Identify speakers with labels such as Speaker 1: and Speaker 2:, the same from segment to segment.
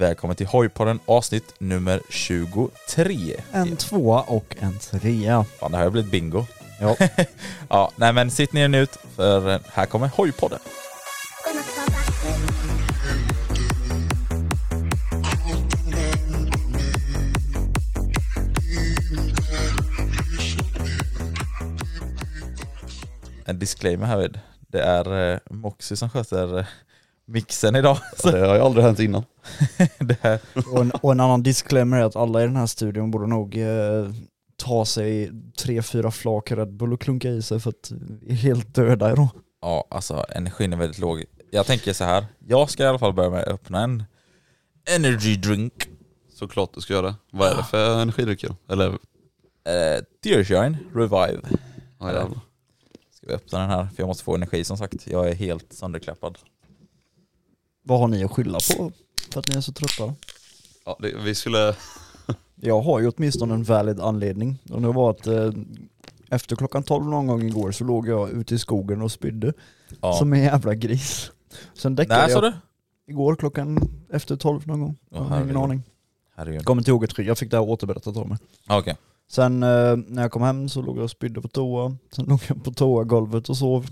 Speaker 1: Välkommen till Hojpodden avsnitt nummer 23.
Speaker 2: En tvåa och en trea.
Speaker 1: Fan, det här har blivit bingo.
Speaker 2: Ja.
Speaker 1: Ja, nej men sitt ner nu för eh, här kommer Hojpodden. En disclaimer härvid. Det är eh, Moxie som sköter eh, mixen idag. Så
Speaker 3: Det har ju aldrig hänt innan.
Speaker 1: det här,
Speaker 2: Och en, och en annan disclaimer är att alla i den här studion borde nog eh, ta sig tre, fyra flak Red Bull och klunka i sig för att vi är helt döda idag.
Speaker 1: ja alltså energin är väldigt låg. Jag tänker så här. Jag ska i alla fall börja med att öppna en energy drink.
Speaker 3: Såklart du ska göra det. Vad är det för energidrycker? Eller?
Speaker 1: Eh, Tearshine Revive.
Speaker 3: Ja, jävlar.
Speaker 1: Ska vi öppna den här? För jag måste få energi som sagt. Jag är helt sönderklappad.
Speaker 2: Vad har ni att skylla på för att ni är så trötta?
Speaker 3: ja, det, vi skulle...
Speaker 2: Jag har ju åtminstone en valid anledning och det var att eh, efter klockan 12 någon gång igår så låg jag ute i skogen och spydde
Speaker 1: Ja.
Speaker 2: som en jävla gris. Sen däckade
Speaker 1: När sa
Speaker 2: jag
Speaker 1: du?
Speaker 2: igår klockan efter 12 någon gång.
Speaker 1: Åh,
Speaker 2: jag har
Speaker 1: herregud.
Speaker 2: ingen aning.
Speaker 1: Herregud.
Speaker 2: Kommer inte ihåg ett skit, jag fick det här återberättat av mig.
Speaker 1: Ah, Okej.
Speaker 2: Sen eh, när jag kom hem så låg jag och spydde på toa. Sen låg jag på toagolvet och sov.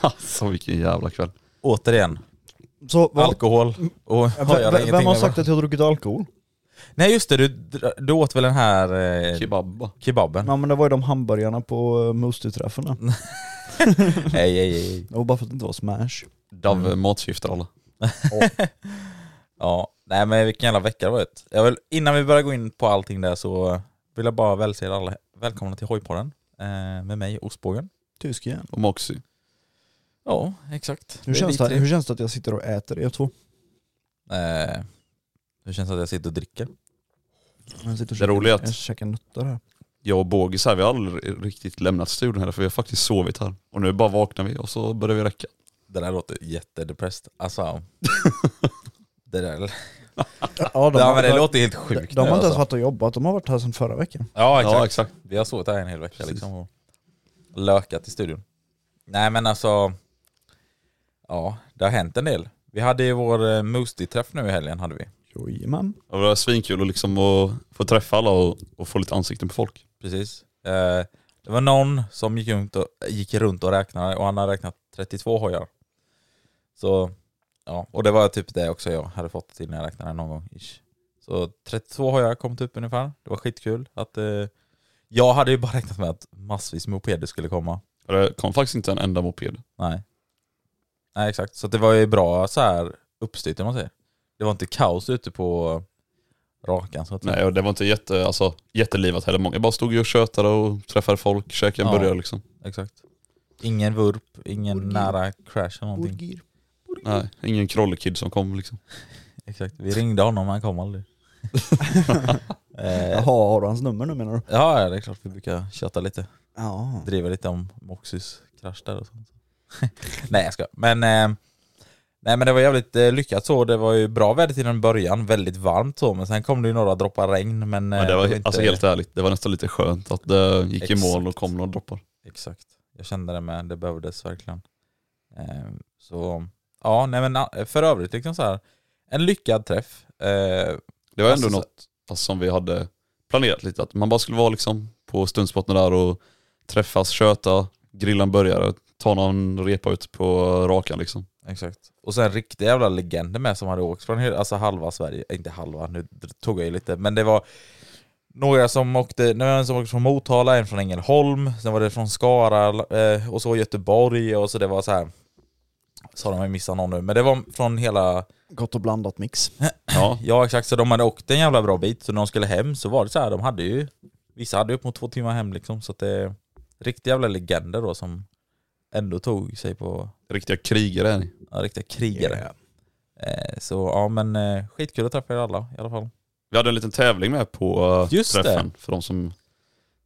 Speaker 3: Alltså vilken jävla kväll.
Speaker 1: Återigen.
Speaker 2: Så, vad-
Speaker 1: Alkohol. Och,
Speaker 2: Mm.
Speaker 1: jag har
Speaker 2: Vem- vem,
Speaker 1: ingenting
Speaker 2: vem har
Speaker 1: med-
Speaker 2: sagt att jag har druckit alkohol?
Speaker 1: Mm. Nej just det, du, dra- du åt väl den här eh,
Speaker 3: Kebab bara.
Speaker 1: kebaben?
Speaker 2: Ja men det var ju de hamburgarna på uh, Moostie-träffen där.
Speaker 1: Nej, nej, nej.
Speaker 2: Det var bara för att det inte var smash.
Speaker 3: Dove
Speaker 2: Mm.
Speaker 1: eh,
Speaker 3: matskiftar alla.
Speaker 1: Ja, nej men vilken jävla vecka det var vet. Jag vill, innan vi börjar gå in på allting där så vill jag bara välse er alla välkomna till Hojpodden. Eh, med mig, Ostbågen.
Speaker 2: Tysk igen.
Speaker 3: Och Moxie.
Speaker 1: Ja, exakt.
Speaker 2: Hur
Speaker 1: är
Speaker 2: känns,
Speaker 1: vi
Speaker 2: det,
Speaker 1: tre.
Speaker 2: hur känns det att jag sitter och äter er två?
Speaker 1: Eh, hur känns det att jag sitter och dricker?
Speaker 2: Jag sitter och
Speaker 3: Det roliga är att-
Speaker 2: jag käkar nötter här.
Speaker 3: Jag och Bågis här, vi har aldrig riktigt lämnat studion heller för vi har faktiskt sovit här. Och nu bara vaknar vi och så börjar vi räcka.
Speaker 1: Det där låter jättedepressed. Alltså, det där...
Speaker 2: Ja,
Speaker 1: ja, men det
Speaker 2: de,
Speaker 1: låter helt sjukt.
Speaker 2: de, de har
Speaker 1: nu,
Speaker 2: inte ens
Speaker 1: alltså.
Speaker 2: varit och jobbat, de har varit här sedan förra veckan.
Speaker 1: Ja, exakt.
Speaker 3: Ja exakt.
Speaker 1: Vi har sovit här en hel vecka
Speaker 3: Precis.
Speaker 1: liksom och lökat i studion. Nej men alltså, ja det har hänt en del. Vi hade ju vår Moostie-träff nu i helgen hade vi.
Speaker 2: Jojomän.
Speaker 3: Ja, Det var svinkul att liksom att få träffa alla och, och få lite ansikten på folk.
Speaker 1: Precis. Eh, det var någon som gick runt och, gick runt och räknade och han hade räknat 32 hojar. Så, ja, och det var typ det också jag hade fått till när jag räknade någon gång. Ish. Så 32 hojar kom typ ungefär. Det var skitkul att eh, jag hade ju bara räknat med att massvis med mopeder skulle komma.
Speaker 3: För det kom faktiskt inte en enda moped.
Speaker 1: Nej. Nej exakt, så att det var ju bra så här uppstyrt om man säger. Det var inte kaos ute på rakan så att säga.
Speaker 3: Nej och det var inte jätte, alltså, jättelivat heller. Många bara stod ju och tjötade och träffade folk, käkade en
Speaker 1: Ja.
Speaker 3: burgare liksom.
Speaker 1: Exakt. Ingen vurp, ingen
Speaker 2: Orgi.
Speaker 1: nära crash eller någonting.
Speaker 2: Burgir.
Speaker 3: Nej, ingen krollekid som kom liksom.
Speaker 1: Exakt, vi ringde honom men han kom aldrig. eh, Äh.
Speaker 2: Jaha, har du hans nummer nu menar du?
Speaker 1: ja, ja, det är klart vi brukar chatta lite.
Speaker 2: Ja.
Speaker 1: Driva lite om Moxys krasch där och sånt. Nej jag ska. Men, eh, nej men det var jävligt eh, lyckat så, det var ju bra väder till en början, väldigt varmt så, men sen kom det ju några droppar regn men... eh,
Speaker 3: Men det var,
Speaker 1: inte-
Speaker 3: alltså helt ärligt, det var nästan lite skönt att det gick i mål och kom några droppar.
Speaker 1: Exakt. Jag kände det med, det behövdes verkligen. Eh, så, ja nej men eh, för övrigt liksom så här en lyckad träff. Eh,
Speaker 3: Det var ändå
Speaker 1: Alltså, så-
Speaker 3: något fast som vi hade planerat lite, att man bara skulle vara liksom på stundspotten där och träffas, köta, grilla en burgare, ta någon repa ut på rakan liksom.
Speaker 1: Exakt. Och sen riktiga jävla legender med som hade åkt från hela- alltså halva Sverige, inte halva, nu dr- tog jag i lite, men det var några som åkte, några som åkte från Motala, en från Ängelholm, sen var det från Skara eh, och så Göteborg och så det var så här. Sa de att jag missade någon nu, men det var från hela,
Speaker 2: Gott och blandat mix.
Speaker 3: Ja,
Speaker 1: ja exakt, så de hade åkt en jävla bra bit, så när de skulle hem så var det så här, de hade ju, vissa hade ju upp mot två timmar hem liksom, så att det, riktiga jävla legender då som ändå tog sig på
Speaker 3: riktiga krigare är ni.
Speaker 1: Ja, riktiga krigare. Eh, så ja, men eh, skitkul att träffa er alla i alla fall.
Speaker 3: Vi hade en liten tävling med på eh,
Speaker 1: Just det.
Speaker 3: träffen för de som...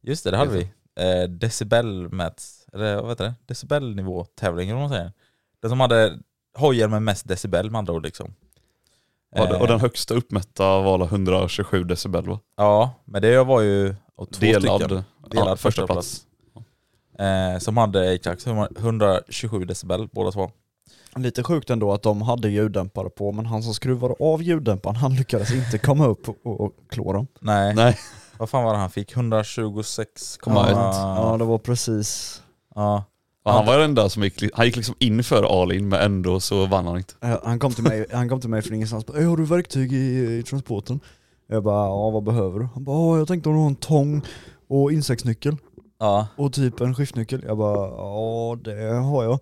Speaker 1: Just det, det hade vi. Eh, decibelmäts, eller vad heter det? Decibelnivå-tävling eller vad man säger. Den som hade hojen med mest decibel med andra ord liksom.
Speaker 3: Ja,
Speaker 1: Eh,
Speaker 3: Och den högsta uppmätta var alla 127 decibel va?
Speaker 1: Ja, men det var ju och två
Speaker 3: Delad,
Speaker 1: stycken.
Speaker 3: ja, första, plats.
Speaker 1: Eh, som hade exakt 127 decibel båda två.
Speaker 2: Lite sjukt ändå att de hade ljuddämpare på, men han som skruvade av ljuddämparen, han lyckades inte komma upp och, och klå dem.
Speaker 1: Nej,
Speaker 3: Nej.
Speaker 1: vad fan var det han fick? 126,1.
Speaker 3: Ja,
Speaker 1: Ah.
Speaker 2: Ja, det var precis.
Speaker 1: ja.
Speaker 3: Och han var den där som gick, han gick liksom in för all in men ändå så vann han inte.
Speaker 2: Eh, Han kom till mig, han kom till mig från ingenstans bara, "Ey, har du verktyg i, i transporten? Jag bara, ja vad behöver du? Han bara, "Ja, jag tänkte om du har en tång och insektsnyckel
Speaker 1: ja,
Speaker 2: och typ en skiftnyckel. Jag bara, ja det har jag.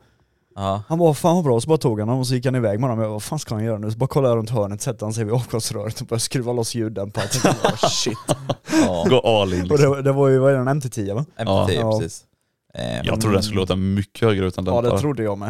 Speaker 1: ja.
Speaker 2: Han bara, fan vad bra, så bara tog han dem och så gick han iväg med dem. Jag bara, vad fan ska han göra nu? Så bara kollade jag runt hörnet, sätter han sig vid avgasröret och började skruva loss ljuddämparen. Jag tänkte, "Åh, shit.
Speaker 1: ja.
Speaker 3: Gå all in
Speaker 2: Och
Speaker 3: liksom.
Speaker 2: det, var- det var ju, vad är den, MT10 va?
Speaker 1: Empati,
Speaker 2: Ja.
Speaker 1: precis. Eh,
Speaker 3: Jag trodde den skulle låta mycket högre utan den.
Speaker 2: Ja det trodde jag med.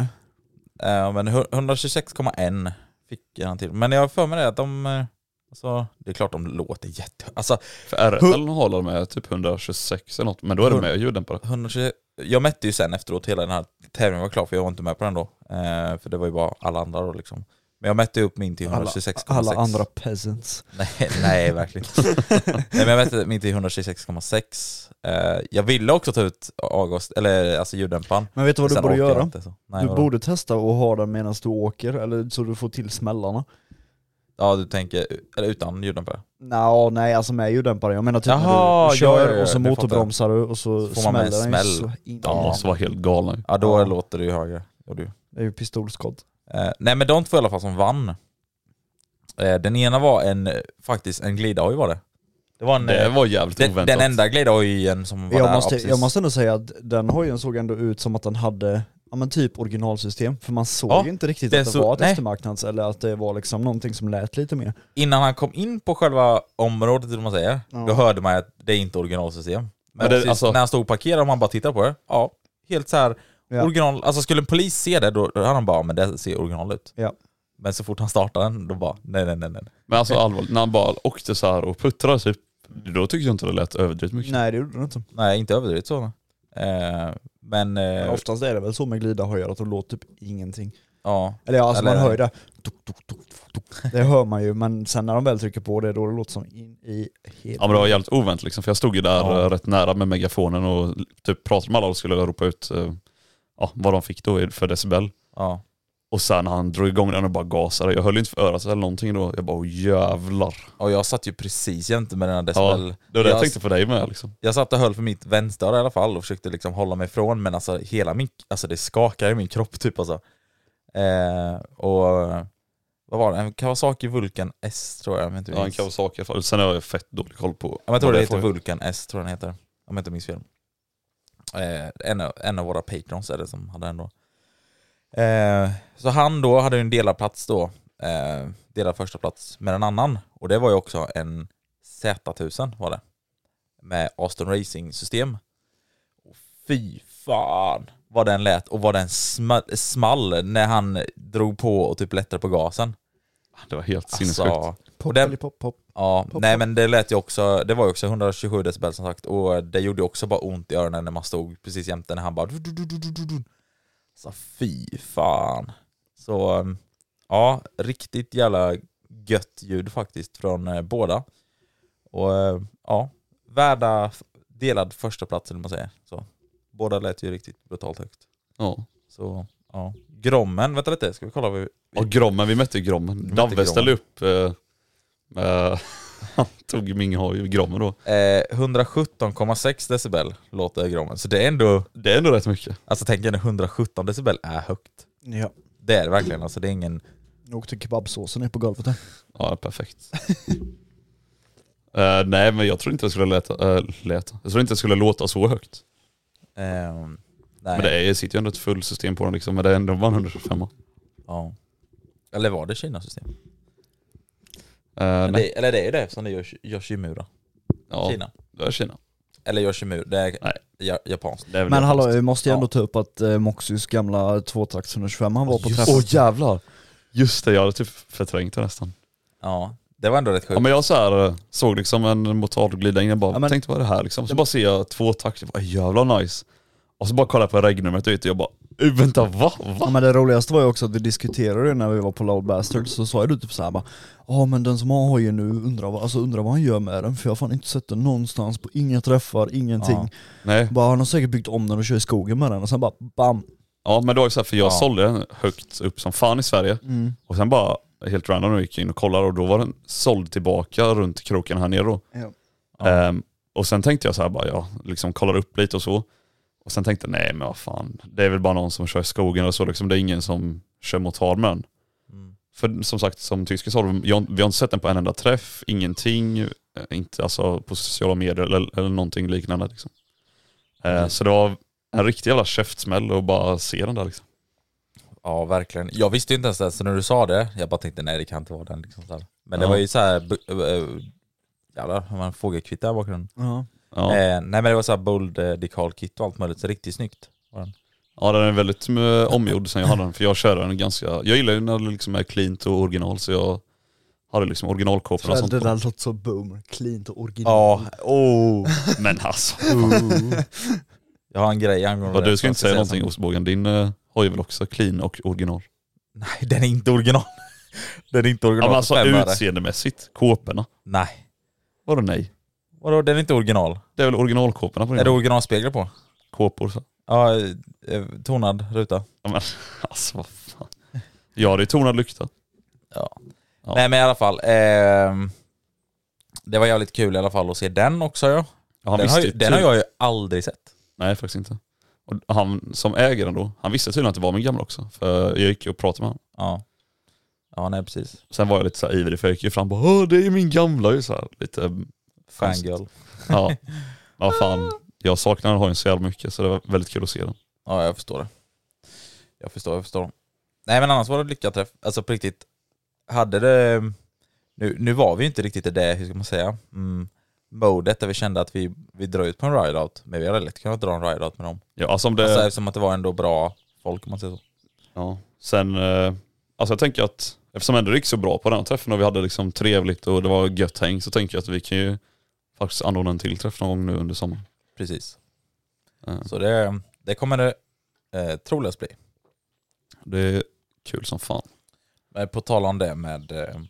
Speaker 1: Eh, men hu- 126,1 fick han till. Men jag har för mig det att de... eh, Alltså, det är klart de låter jätte... Alltså,
Speaker 3: För RFL håller med typ 126 eller något, men då är det med ljuddämpare.
Speaker 1: 120... Jag mätte ju sen efteråt, hela den här tävlingen var klar för jag var inte med på den då. Eh, för det var ju bara alla andra då liksom. Men jag mätte upp min till
Speaker 2: Alla,
Speaker 1: 126,6.
Speaker 2: alla andra peasants.
Speaker 1: Nej, nej verkligen inte. nej, men jag mätte min till 126,6. Eh, jag ville också ta ut avgas, eller alltså ljuddämparen.
Speaker 2: Men vet du vad du
Speaker 1: Sen
Speaker 2: borde
Speaker 1: orkade jag
Speaker 2: göra?
Speaker 1: inte, så. Nej,
Speaker 2: Du
Speaker 1: vadå?
Speaker 2: borde testa att ha den medan du åker, eller så du får till smällarna.
Speaker 1: Ja, du tänker... Eller utan ljuddämpare.
Speaker 2: Nå, nej alltså med ljuddämpare, jag menar typ
Speaker 1: Jaha, ja,
Speaker 2: när du kör
Speaker 1: ja, ja,
Speaker 2: och så
Speaker 1: det
Speaker 2: motorbromsar du och så,
Speaker 1: Så får man med en
Speaker 2: smäller den ju
Speaker 1: smäll.
Speaker 2: så in.
Speaker 3: De måste vara helt galna ju.
Speaker 1: Ja, då
Speaker 2: Ja.
Speaker 1: låter det ju högre. Och du.
Speaker 2: Det är ju pistolskott.
Speaker 1: Eh, nej men de två i alla fall som vann. Eh, den ena var en, eh, faktiskt en glidhoj var det. Det var en,
Speaker 3: Det
Speaker 1: eh,
Speaker 3: var jävligt
Speaker 1: den,
Speaker 3: oväntat.
Speaker 1: den enda glidhojen som var
Speaker 2: Jag
Speaker 1: där.
Speaker 2: måste,
Speaker 1: ja, precis.
Speaker 2: jag måste ändå säga att den hojen såg ändå ut som att den hade ja, men typ originalsystem, för man såg
Speaker 1: Ja,
Speaker 2: ju inte riktigt
Speaker 1: den
Speaker 2: att det
Speaker 1: så-
Speaker 2: var ett
Speaker 1: nej.
Speaker 2: eftermarknads eller att det var liksom någonting som lät lite mer.
Speaker 1: Innan han kom in på själva området, eller vad man säger, då hörde man att det är inte originalsystem. Men
Speaker 3: Men det-
Speaker 1: precis
Speaker 3: alltså-
Speaker 1: när han stod och parkerade och man bara tittade på det, ja, helt så här
Speaker 2: Ja.
Speaker 1: original. Alltså skulle en polis se det, då, då hade han bara, men det ser original ut.
Speaker 2: Ja.
Speaker 1: Men så fort han startade den, då bara, nej nej nej nej.
Speaker 3: Men alltså allvarligt, när han bara åkte så här och puttrade typ, då tyckte jag inte det lät överdrivet mycket.
Speaker 2: Nej det gjorde den inte.
Speaker 1: Nej, inte överdrivet så. Eh, men, eh,
Speaker 2: Men oftast är det väl så med glidarhojar att de låter typ ingenting.
Speaker 1: ja.
Speaker 2: Eller ja, alltså
Speaker 1: Eller-
Speaker 2: man hör ju det. Tuk, tuk, tuk, tuk. Det hör man ju, men sen när de väl trycker på det, då det låter som in i hela...
Speaker 3: Ja men det var jävligt oväntat liksom, för jag stod ju där
Speaker 1: Ja.
Speaker 3: eh, rätt nära med megafonen och typ pratade med alla och skulle ropa ut eh, ja, vad de fick då i- för decibel.
Speaker 1: ja.
Speaker 3: Och sen han drog igång den och bara gasade. Jag höll ju inte för örat eller någonting då. Jag bara "Åh, jävlar.
Speaker 1: Och jag satt ju precis jämte med den här
Speaker 3: Ja,
Speaker 1: decibel.
Speaker 3: det var det jag
Speaker 1: Jag-
Speaker 3: tänkte på dig med liksom.
Speaker 1: Jag satt och höll för mitt vänstra i alla fall och försökte liksom hålla mig ifrån men alltså hela min, alltså det skakar i min kropp typ alltså. Eh, och vad var det? En Kawasaki Vulcan S tror jag. Om jag inte
Speaker 3: Ja, en
Speaker 1: minns. Ja,
Speaker 3: Kawasaki i alla fall. Sen har jag fett dålig koll på
Speaker 1: men jag tror
Speaker 3: vad
Speaker 1: det
Speaker 3: är för-
Speaker 1: heter Vulcan S, tror jag den heter. Om jag inte minns fel. Eh, en, av- en av våra patrons är det som hade den då. Eh, så han då hade ju en delad plats då. Eh, delad första plats med en annan. Och det var ju också en Z1000 var det. Med Aston Racing-system. Och fy fan vad den lät och vad den sma- small när han drog på och typ lättade på gasen.
Speaker 3: Det var helt sinnessjukt.
Speaker 1: Alltså,
Speaker 2: Pop,
Speaker 1: och den-
Speaker 2: eller pop, pop.
Speaker 1: Ja,
Speaker 2: Pop,
Speaker 1: nej
Speaker 2: pop.
Speaker 1: men det lät ju också, det var ju också 127 decibel som sagt och det gjorde ju också bara ont i öronen när man stod precis jämte när han bara du, du, du, du, du, du, du. Så fy fan. Så eh, ja, riktigt jävla gött ljud faktiskt från eh, båda. Och eh, ja, värda f- delad första plats eller vad man säger. Så, båda lät ju riktigt brutalt högt.
Speaker 3: Ja.
Speaker 1: Så ja. Grommen, vänta lite, ska vi kolla vad vi...
Speaker 3: Och Grommen, vi mötte Grommen.
Speaker 1: mötte
Speaker 3: Davve
Speaker 1: Grommen.
Speaker 3: ställde upp. Eh, eh, han tog Minghaj och Grommen då.
Speaker 1: Eh, 117,6 decibel låter Grommen, så det är ändå...
Speaker 3: Det är ändå rätt mycket.
Speaker 1: Alltså tänk er när 117 decibel är högt.
Speaker 2: Ja.
Speaker 1: Det är det verkligen, alltså det är ingen...
Speaker 2: Nu åkte kebabsåsen ner på golvet där.
Speaker 3: Ja, perfekt. Eh, nej men jag tror inte det skulle läta, eh, läta. Jag tror inte det skulle låta så högt.
Speaker 1: ehm, nej.
Speaker 3: Men det är, sitter ju ändå ett fullt system på den liksom, men det är ändå bara en 125 uh,
Speaker 1: Ja. Eller var det Kina-system?
Speaker 3: nej.
Speaker 1: Det, eller det är det eftersom det är Yosh- Yoshimura.
Speaker 3: Ja,
Speaker 1: Kina.
Speaker 3: Det är Kina.
Speaker 1: Eller Yoshimura, det är
Speaker 3: Nej.
Speaker 1: ja, japanskt.
Speaker 3: Det är väl
Speaker 2: Men hallå,
Speaker 3: japanskt.
Speaker 2: vi måste ju ändå
Speaker 1: Ja.
Speaker 2: ta upp att eh, Moxys gamla tvåtakts 125 han var på
Speaker 1: Just-
Speaker 2: träffen.
Speaker 3: Åh jävlar! Just det, jag hade typ förträngt det nästan.
Speaker 1: Ja, det var ändå rätt
Speaker 3: Ja
Speaker 1: sjukt.
Speaker 3: men jag så här, eh, såg liksom en motorn glida in, jag bara
Speaker 2: Ja, men-
Speaker 3: tänkte vad är det här liksom? Så bara ser jag två takter, vad jävla nice. Och så bara kollar jag på regnumret ute och jag bara, "Eh, vänta va?
Speaker 2: Ja,
Speaker 3: va?
Speaker 2: men det roligaste var ju också att vi diskuterade det när vi var på Loud Bastards, så sa ju du typ såhär bara Ja men den som har hojen nu undrar vad, alltså, undrar vad han gör med den för jag har fan inte sett den någonstans på inga träffar, ingenting.
Speaker 1: Ja.
Speaker 3: Nej.
Speaker 2: Bara han har säkert byggt om den och kör i skogen med den och sen bara BAM!
Speaker 3: Ja men det var ju så här, för jag
Speaker 1: Ja.
Speaker 3: sålde den högt upp som fan i Sverige. Och sen bara helt random jag gick in och kollade och då var den såld tillbaka runt kroken här nere då.
Speaker 2: Ja.
Speaker 3: Ehm, och sen tänkte jag så här bara, ja, liksom kollade upp lite och så. Och sen tänkte jag, nej men vad fan, det är väl bara någon som kör i skogen och så liksom, det är ingen som kör motard med den.
Speaker 1: Mm.
Speaker 3: För som sagt, som tysken sa, vi har vi har inte sett den på en enda träff, ingenting, eh, inte alltså på sociala medier eller, eller någonting liknande. Liksom. Eh, så det var en riktig jävla käftsmäll att bara se den där liksom.
Speaker 1: Ja, verkligen. Jag visste ju inte ens det, så när du sa det, jag bara tänkte nej det kan inte vara den. Liksom, så här. Men det
Speaker 3: Ja.
Speaker 1: var ju så här... bu- eh, Jävlar, har man fågelkvitter här i bakgrunden?
Speaker 2: Ja.
Speaker 3: Ja,
Speaker 1: Eh, nej men det var så här bold eh, decal kit och allt möjligt, så riktigt snyggt. var den.
Speaker 3: ja den är väldigt eh, omgjord sen jag hade den, för jag kör den ganska, jag gillar ju när det liksom är cleant och original så jag hade liksom originalkåporna och sånt
Speaker 2: Det
Speaker 3: på.
Speaker 2: där låter så boomer, cleant och original.
Speaker 1: Ja, oh.
Speaker 3: Men alltså,
Speaker 1: Jag har en grej angående
Speaker 3: vad du ska
Speaker 1: som
Speaker 3: inte
Speaker 1: Mm. jag
Speaker 3: säga någonting
Speaker 1: sen.
Speaker 3: ostbågen, din eh, har ju väl också clean och original.
Speaker 1: Nej, den är inte original. Den är inte
Speaker 3: Ja,
Speaker 1: original.
Speaker 3: men alltså
Speaker 1: för fem öre.
Speaker 3: utseendemässigt, kåporna.
Speaker 1: Nej.
Speaker 3: Vadå nej?
Speaker 1: Vadå, den är inte original?
Speaker 3: Det är väl originalkåporna på
Speaker 1: Är
Speaker 3: din?
Speaker 1: det originalspeglar på?
Speaker 3: Kåpor så.
Speaker 1: Ja, eh, tonad ruta.
Speaker 3: Ja, men, alltså vad fan. Jag hade ju tonad lykta.
Speaker 1: Ja.
Speaker 3: Ja.
Speaker 1: Nej men i alla fall. ehm, det var jävligt kul i alla fall att se den också. Ja.
Speaker 3: Ja, han
Speaker 1: den, har,
Speaker 3: visste
Speaker 1: ju-
Speaker 3: ju typ-
Speaker 1: den har jag ju aldrig sett.
Speaker 3: Nej faktiskt inte. Och han som äger den då, han visste tydligen att det var min gamla också. För jag gick ju och pratade med honom.
Speaker 1: Ja, ja nej precis.
Speaker 3: Sen var jag lite så här ivrig för jag gick ju fram och bara Åh, det är min gamla ju så här. Lite, mm,
Speaker 1: Fangirl.
Speaker 3: ja. Ja fan, jag saknar den hojen så jävla mycket så det var väldigt kul att se den.
Speaker 1: Ja, jag förstår det. Jag förstår, jag förstår. Nej men annars var det en lyckad träff. Alltså på riktigt, hade det... Nu, nu var vi ju inte riktigt i det, hur ska man säga, mm, modet där vi kände att vi, vi drar ut på en ride-out. Men vi hade lätt kunnat dra en ride-out med dem.
Speaker 3: Ja, alltså om det...
Speaker 1: Alltså eftersom att det var ändå bra folk om man säger så.
Speaker 3: Ja. Sen, eh, alltså jag tänker att eftersom ändå det gick så bra på den här träffen och vi hade liksom trevligt och det var gött häng så tänker jag att vi kan ju faktiskt anordna en till träff någon gång nu under sommaren.
Speaker 1: Precis.
Speaker 3: Eh,
Speaker 1: Så det, det kommer det eh, troligast bli.
Speaker 3: Det är kul som fan.
Speaker 1: Men Eh, på tal om det med, eh,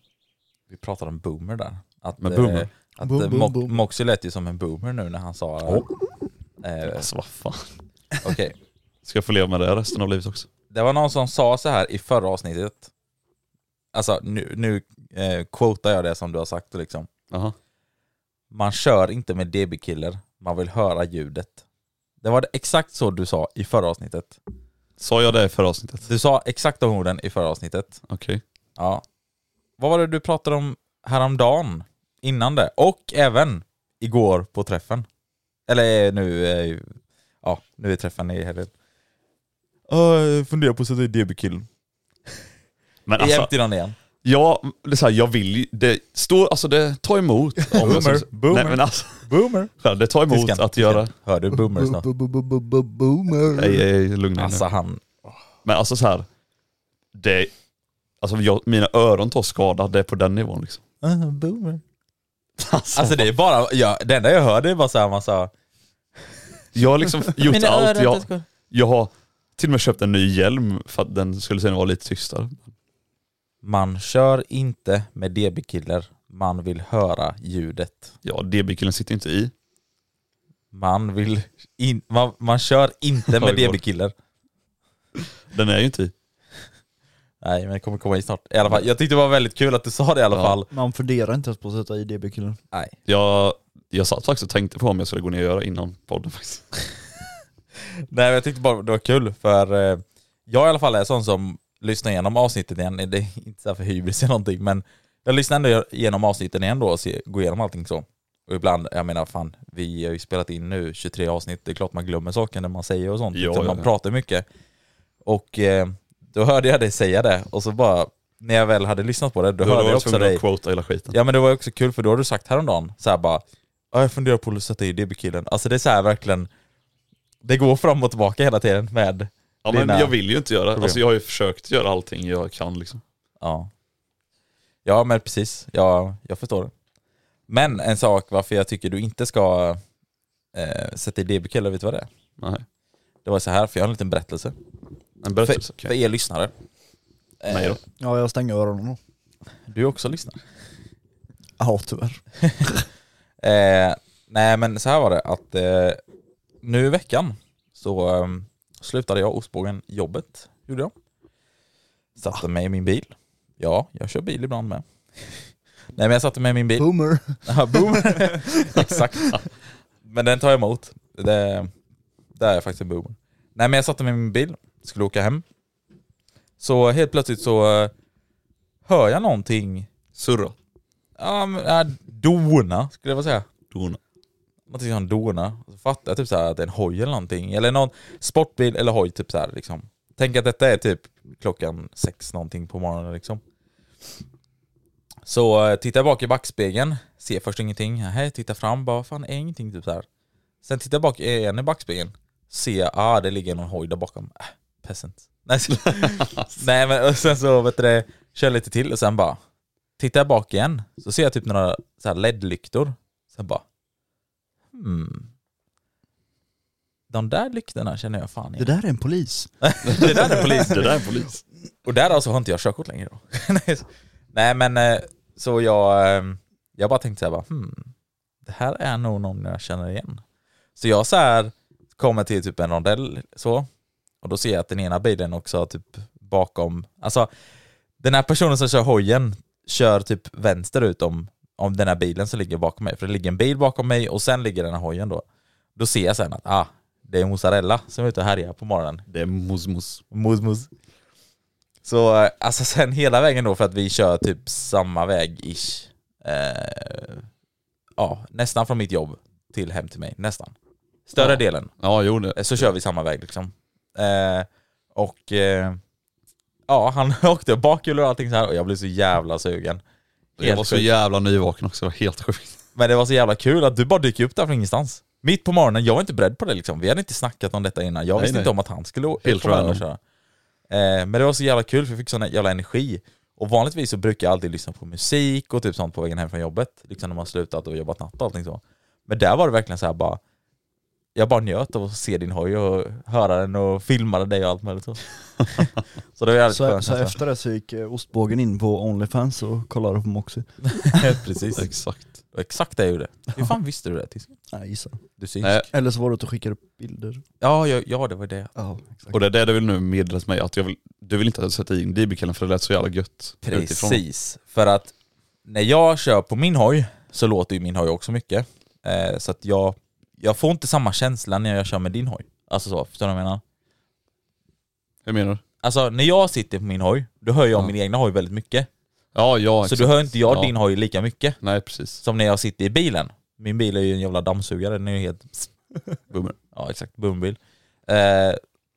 Speaker 1: vi pratade om boomer där. Att,
Speaker 3: Med boomer?
Speaker 1: Eh, att
Speaker 2: Boom,
Speaker 1: eh,
Speaker 2: boom,
Speaker 1: Mo-
Speaker 2: boom.
Speaker 1: Moxie lät ju som en boomer nu när han sa...
Speaker 3: Oh.
Speaker 1: Eh,
Speaker 3: Alltså vad fan.
Speaker 1: Okej,
Speaker 3: Ska jag få leva med det resten av livet också?
Speaker 1: det var någon som sa så här i förra avsnittet. Alltså nu, nu eh, quotar jag det som du har sagt liksom.
Speaker 3: Jaha.
Speaker 1: Man kör inte med DB-killer, man vill höra ljudet. Det var det exakt så du sa i förra avsnittet.
Speaker 3: Sa jag det i förra avsnittet?
Speaker 1: Du sa exakt de orden i förra avsnittet.
Speaker 3: Okej.
Speaker 1: Ja. Vad var det du pratade om häromdagen? Innan det? Och även igår på träffen. Eller eh, nu, eh, ja, nu är träffen i helgen. Uh, funderar på att sätta i DB-kill.
Speaker 3: Men alltså,
Speaker 1: Jämt innan igen.
Speaker 3: ja, det är så här, jag vill ju, det står, alltså det tar emot. om jag
Speaker 1: Boomer,
Speaker 3: ska-
Speaker 1: boomer.
Speaker 3: Nej men alltså,
Speaker 1: Boomer.
Speaker 3: det tar emot
Speaker 1: Tyskan,
Speaker 3: att göra...
Speaker 1: Hör du boomer snart?
Speaker 2: Boomer!
Speaker 3: Nej, nej, lugna er nu.
Speaker 1: Alltså han,
Speaker 3: Men alltså så här, det, alltså jag, mina öron tar skada, det är på den nivån liksom.
Speaker 1: uh, boomer.
Speaker 3: Alltså,
Speaker 1: Alltså det är bara, ja, det enda jag hörde är bara såhär massa...
Speaker 3: Jag har liksom gjort allt. Jag, jag har till och med köpt en ny hjälm för att den skulle sen vara lite tystare.
Speaker 1: Man kör inte med DB-killer. Man vill höra ljudet.
Speaker 3: Ja, DB-killen sitter inte i.
Speaker 1: Man vill... In, man, man kör inte med
Speaker 3: Oj, vad-
Speaker 1: DB-killer.
Speaker 3: Den är ju inte i.
Speaker 1: Nej men det kommer komma in snart. I alla fall, jag tyckte det var väldigt kul att du sa det i alla
Speaker 3: Ja.
Speaker 1: fall.
Speaker 2: Man funderar inte ens på att sätta i DB-killen.
Speaker 1: Nej.
Speaker 3: Jag, jag satt faktiskt och tänkte på om jag skulle gå ner och göra innan podden faktiskt.
Speaker 1: Nej men jag tyckte bara det var kul för eh, jag i alla fall är sån som lyssnar igenom avsnittet igen. Det är inte så här för hybris eller någonting men jag lyssnar ändå igenom avsnitten igen då och ser, går igenom allting så. Och ibland, jag menar fan, vi har ju spelat in nu 23 avsnitt, det är klart man glömmer saker när man säger och sånt.
Speaker 3: Ja,
Speaker 1: för
Speaker 3: ja,
Speaker 1: man
Speaker 3: ja.
Speaker 1: pratar mycket. Och eh, då hörde jag dig säga det och så bara, när jag väl hade lyssnat på det, då,
Speaker 3: Då
Speaker 1: hörde
Speaker 3: var
Speaker 1: jag
Speaker 3: jag
Speaker 1: också
Speaker 3: tvungen
Speaker 1: dig.
Speaker 3: att quota hela skiten.
Speaker 1: Ja men det var ju också kul för då har du sagt häromdagen så här bara "Ja, jag funderar på att sätta i DB-killen. Alltså det är så här verkligen Det går fram och tillbaka hela tiden med
Speaker 3: Ja, men
Speaker 1: dina-
Speaker 3: jag vill ju inte göra det.
Speaker 1: problem.
Speaker 3: Alltså, jag har ju försökt göra allting jag kan liksom.
Speaker 1: Ja Ja men precis, ja, jag förstår det. Men en sak varför jag tycker du inte ska eh, sätta i DB-killen, vet du vad det är?
Speaker 3: Nej.
Speaker 1: Det var så här, för jag har en liten berättelse.
Speaker 3: En
Speaker 1: För,
Speaker 3: berättelse. okej.
Speaker 1: för er lyssnare. Eh,
Speaker 3: Nej då.
Speaker 2: Ja, jag stänger öronen då.
Speaker 1: Du också lyssnar.
Speaker 2: Ja, tyvärr.
Speaker 1: Eh, nej men så här var det att eh, nu i veckan så eh, slutade jag Ostbågen jobbet, gjorde jag. Satte mig i min bil. Ja, jag kör bil ibland med. nej men jag satte mig i min bil.
Speaker 2: Boomer.
Speaker 1: Ja, boom. Exakt. Men den tar jag emot. Det, det är faktiskt en boom. Nej men jag satte mig i min bil, skulle åka hem. Så helt plötsligt så eh, hör jag någonting,
Speaker 3: Surra.
Speaker 1: ja men, ja, dona skulle jag vilja säga
Speaker 3: Dona.
Speaker 1: någonting som dona. Så fattar jag typ så här att det är en hoj eller någonting. Eller någon sportbil eller hoj typ så här liksom. Tänk att detta är typ klockan sex någonting på morgonen liksom. Så eh, tittar jag bak i backspegeln, ser först ingenting. Hej, tittar fram, bara fan är ingenting typ så här. Sen tittar jag bak igen i backspegeln, ser ah det ligger någon hoj där bakom. Äh, peasant. Nej, så, nej men och sen så vet du det, kör lite till och sen bara tittar jag bak igen så ser jag typ några så här LED-lyktor. Sen bara Hmm. De där lyktorna känner jag fan
Speaker 2: Det
Speaker 1: igen.
Speaker 2: där är en polis.
Speaker 1: Det där är polis.
Speaker 3: Det där är polis.
Speaker 1: Och där alltså har inte jag körkort längre då. Nej, så- Nej men eh, så jag, eh, jag bara tänkte så här bara, hmm, det här är nog någon jag känner igen. Så jag så här kommer till typ en rondell så, och då ser jag att den ena bilen också har typ bakom, alltså den här personen som kör hojen kör typ vänster ut om, om den här bilen som ligger bakom mig, för det ligger en bil bakom mig och sen ligger den här hojen då. Då ser jag sen att ah, det är mozzarella som är ute och härjar på morgonen.
Speaker 3: Det är mosmos.
Speaker 1: Mus, mus. Så eh, alltså sen hela vägen då för att vi kör typ samma väg ish. Eh, ja, nästan från mitt jobb till hem till mig. Nästan. Större
Speaker 3: Ja.
Speaker 1: delen
Speaker 3: Ja, jo det.
Speaker 1: eh, så kör vi samma väg liksom. Eh, och eh, ja, han åkte bakhjul och allting så här och jag blev så jävla sugen.
Speaker 3: Jag var så
Speaker 1: sjukt.
Speaker 3: jävla nyvaken också, det var helt sjukt.
Speaker 1: Men det var så jävla kul att du bara dyker upp där från ingenstans. Mitt på morgonen, jag var inte beredd på det liksom. Vi hade inte snackat om detta innan. Jag
Speaker 3: Nej,
Speaker 1: visste
Speaker 3: nej.
Speaker 1: inte om att han skulle å-
Speaker 3: Helt
Speaker 1: komma över och
Speaker 3: random.
Speaker 1: köra. Eh, men det var så jävla kul för jag fick sån här jävla energi. Och vanligtvis så brukar jag alltid lyssna på musik och typ sånt på vägen hem från jobbet. Liksom när man har slutat och jobbat natt och allting så. Men där var det verkligen så här bara jag bara njöt av att se din hoj och höra den och filma dig och allt möjligt. så. så det var jävligt
Speaker 2: Så,
Speaker 1: skönt. alltså.
Speaker 2: så
Speaker 1: nästan.
Speaker 2: efter det så gick eh, ostbågen in på Onlyfans och kollade på Moxie.
Speaker 1: Precis.
Speaker 3: Exakt.
Speaker 1: Det var Exakt det jag gjorde. Hur fan visste du det? Tysk?
Speaker 2: Nej, gissa.
Speaker 1: Du syns.
Speaker 3: Nej,
Speaker 2: Eller så var det att du skickade upp bilder.
Speaker 1: Ja, ja, ja, det var det.
Speaker 2: Ja, exakt.
Speaker 3: och det är det du vill nu meddela till mig, att jag vill, du vill inte att jag sätter in DB-killen för det lät så jävla gött. utifrån.
Speaker 1: Precis, för att när jag kör på min hoj så låter ju min hoj också mycket. Eh, så att jag, jag får inte samma känsla när jag kör med din hoj. Alltså så, förstår du vad jag menar?
Speaker 3: Hur menar du?
Speaker 1: Alltså när jag sitter på min hoj, då hör jag
Speaker 3: Ja.
Speaker 1: min egna hoj väldigt mycket.
Speaker 3: Ja, ja
Speaker 1: Så
Speaker 3: exakt.
Speaker 1: då hör inte jag
Speaker 3: ja.
Speaker 1: din hoj lika mycket
Speaker 3: Nej precis.
Speaker 1: som när jag sitter i bilen. Min bil är ju en jävla dammsugare, den är ju helt...
Speaker 3: Boomer.
Speaker 1: Ja exakt, boombil. Eh,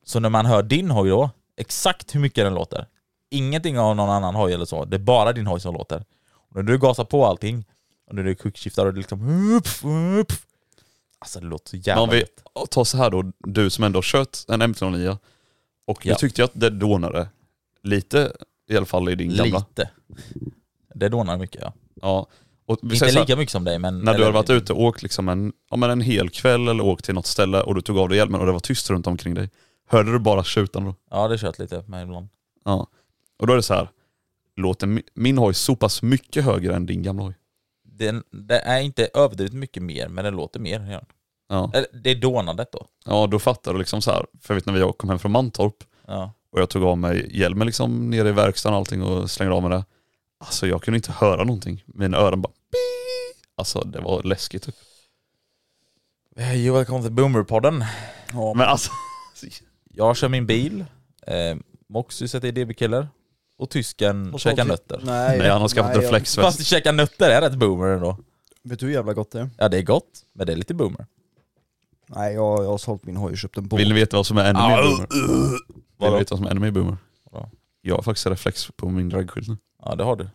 Speaker 1: så när man hör din hoj då, exakt hur mycket den låter. Ingenting av någon annan hoj eller så, det är bara din hoj som låter. Och när du gasar på allting, och när du quickshiftar och det liksom... Upp, upp. Alltså det låter så
Speaker 3: Men
Speaker 1: jävla
Speaker 3: om vi
Speaker 1: gött.
Speaker 3: tar så här då, du som ändå har kört en M309 och
Speaker 1: Ja.
Speaker 3: du tyckte ju att det dånade lite i alla fall i din gamla.
Speaker 1: Lite. Det dånar mycket ja.
Speaker 3: Ja. Och vi
Speaker 1: Inte
Speaker 3: säger så här,
Speaker 1: lika mycket som dig men...
Speaker 3: När du
Speaker 1: eller-
Speaker 3: har varit ute och åkt liksom en, ja, men en hel kväll eller åkt till något ställe och du tog av dig hjälmen och det var tyst runt omkring dig. Hörde du bara tjutan då?
Speaker 1: Ja, det kört lite med ibland.
Speaker 3: Ja. Och då är det så här. Låt en, min hoj sopas mycket högre än din gamla hoj.
Speaker 1: Den, det är inte överdrivet mycket mer, men den låter mer. gör den.
Speaker 3: Ja.
Speaker 1: Eller, Det är dånandet då.
Speaker 3: ja, då fattar du liksom så här. För jag vet när jag kom hem från Mantorp
Speaker 1: Ja.
Speaker 3: och jag tog av mig hjälmen liksom nere i verkstaden och allting och slängde av mig det. Alltså jag kunde inte höra någonting. Mina öron bara "Bii." Alltså det var läskigt typ.
Speaker 1: Hej och Eh, välkommen till Boomerpodden.
Speaker 3: Men alltså,
Speaker 1: Jag kör min bil. Eh, Moxy sätter i DB-killer. Och tysken
Speaker 2: Och så-
Speaker 1: käkar nötter.
Speaker 2: Nej,
Speaker 3: nej han har skaffat
Speaker 2: nej, jag-
Speaker 3: reflexväst.
Speaker 1: Fast käka nötter är rätt boomer ändå.
Speaker 2: Vet du hur jävla gott det är?
Speaker 1: Ja, det är gott, men det är lite boomer.
Speaker 2: Nej jag, jag har sålt min hoj och köpt en båt.
Speaker 3: Vill ni veta vad som är ännu mer boomer? Vill
Speaker 1: uh, Vadå?
Speaker 3: ni veta vad som är ännu mer boomer?
Speaker 1: Vadå?
Speaker 3: Jag har faktiskt reflex på min dragskylt nu.
Speaker 1: Ja, det har du.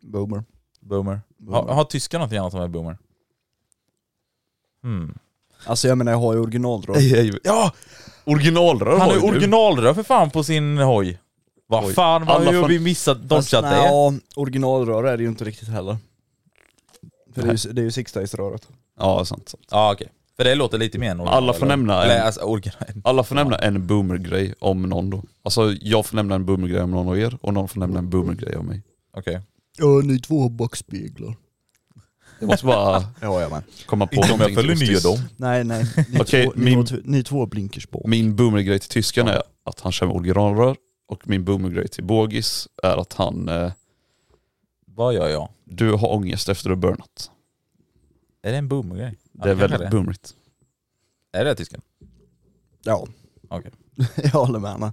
Speaker 2: Boomer.
Speaker 1: Boomer. Har,
Speaker 2: Boomer.
Speaker 1: har tyskar någonting annat som är boomer? Hmm.
Speaker 2: Alltså jag menar jag har ju originaldrag.
Speaker 3: Ja! Originalrör
Speaker 1: Han
Speaker 3: har
Speaker 1: är
Speaker 3: ju du.
Speaker 1: originalrör för fan på sin hoj. Vad
Speaker 3: Oj.
Speaker 1: fan, vad
Speaker 3: Alla
Speaker 1: har
Speaker 3: fan-
Speaker 1: vi missat
Speaker 2: Fast
Speaker 1: dodgat
Speaker 2: nej,
Speaker 1: det?
Speaker 2: Ja, originalrör är det ju inte riktigt heller. För det är ju, det är ju sixdagsröret.
Speaker 3: Ja, sant. sant.
Speaker 1: Ja, okej. För det låter lite mer än original,
Speaker 3: Alla får
Speaker 1: eller?
Speaker 3: nämna en.
Speaker 1: Eller, alltså, original.
Speaker 3: Alla får nämna en boomergrej om någon då. Alltså jag får nämna en boomergrej om någon av er och någon får nämna en boomergrej om mig.
Speaker 1: Okej.
Speaker 2: Ja, ni två har backspeglar.
Speaker 3: Jag måste bara
Speaker 2: Ja, jag med.
Speaker 3: komma på
Speaker 1: Inte om jag
Speaker 3: någonting
Speaker 1: följer
Speaker 3: till
Speaker 1: nya
Speaker 3: tyst.
Speaker 1: dem.
Speaker 2: Nej nej, ni,
Speaker 3: Okej,
Speaker 2: två,
Speaker 3: min-
Speaker 2: ni, två, ni två har blinkers på.
Speaker 3: Min boomergrej till tysken är att han kör med originalrör och min boomergrej till bågis är att han, eh,
Speaker 1: Vad gör jag?
Speaker 3: du har ångest efter att ha burnat.
Speaker 1: Är det en boomergrej? Ja,
Speaker 3: Det är
Speaker 1: kanske
Speaker 3: väldigt
Speaker 1: det.
Speaker 3: boomerigt.
Speaker 1: Är det tysken?
Speaker 2: Ja.
Speaker 1: Okej.
Speaker 2: jag håller med henne.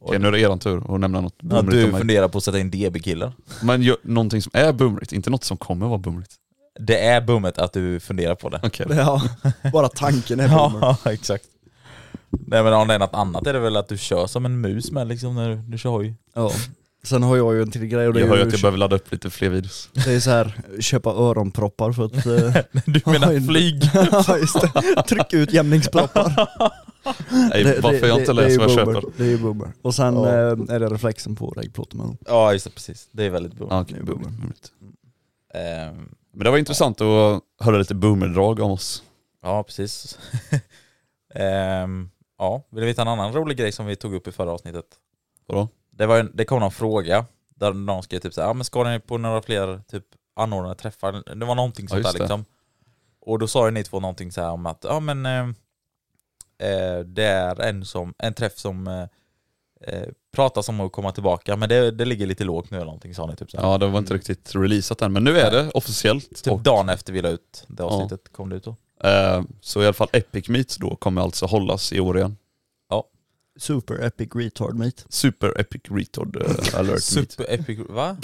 Speaker 3: Okej nu är det eran tur att nämna något
Speaker 1: Ja,
Speaker 3: boomerigt
Speaker 1: du
Speaker 3: om mig.
Speaker 1: funderar på att sätta in DB-killar?
Speaker 3: Men ju, någonting som är boomerigt, inte något som kommer vara boomerigt.
Speaker 1: Det är boomet att du funderar på det.
Speaker 3: Okej.
Speaker 2: Ja, bara tanken är boomer.
Speaker 1: Ja, exakt. Nej men om det är något annat är det väl att du kör som en mus med liksom när du, du kör hoj.
Speaker 2: Ja. Sen har jag ju en till grej och det
Speaker 3: Jag hör ju typ
Speaker 2: är
Speaker 3: att jag
Speaker 2: ju
Speaker 3: behöver ladda upp lite fler videos.
Speaker 2: det är så här, köpa öronproppar för att... eh,
Speaker 1: Du menar
Speaker 2: Oj.
Speaker 1: flyg?
Speaker 2: ja, just det. Tryck ut jämningsproppar.
Speaker 3: Nej, varför jag inte läser vad jag
Speaker 2: är ju
Speaker 3: köper.
Speaker 2: boomer. Det är ju boomer. Och sen
Speaker 1: Ja.
Speaker 2: eh, är det reflexen på regplåten med dem.
Speaker 1: Ja just det, precis. Det är väldigt boomer.
Speaker 3: Ja, okej,
Speaker 2: Det är
Speaker 3: boomer.
Speaker 2: boomer.
Speaker 3: boomerigt.
Speaker 1: Ehm,
Speaker 3: Men det var intressant att höra lite boomerdrag om oss.
Speaker 1: ja precis. Ehm, ja, vill du veta en annan rolig grej som vi tog upp i förra avsnittet?
Speaker 3: Vadå?
Speaker 1: Det, var en, det kom någon fråga där någon skrev typ såhär, ah, men ska ni på några fler typ anordnare träffar? Det var någonting sånt
Speaker 3: just
Speaker 1: där
Speaker 3: det.
Speaker 1: liksom. Och då sa ju ni två någonting så här om att, ja ah, men eh, eh, det är en, som, en träff som eh, eh, pratas om att komma tillbaka, men det, det ligger lite lågt nu eller någonting sa ni typ så här.
Speaker 3: Ja, det var inte riktigt releasat än, men nu är det officiellt.
Speaker 1: Typ
Speaker 3: Och,
Speaker 1: dagen efter vi la ut det avsnittet kom det ut då.
Speaker 3: eh, så i alla fall Epic Meets då kommer alltså hållas i år igen.
Speaker 2: Super epic retard meat.
Speaker 3: Super Epic Retard eh, Alert Meet.
Speaker 1: Super epic, va?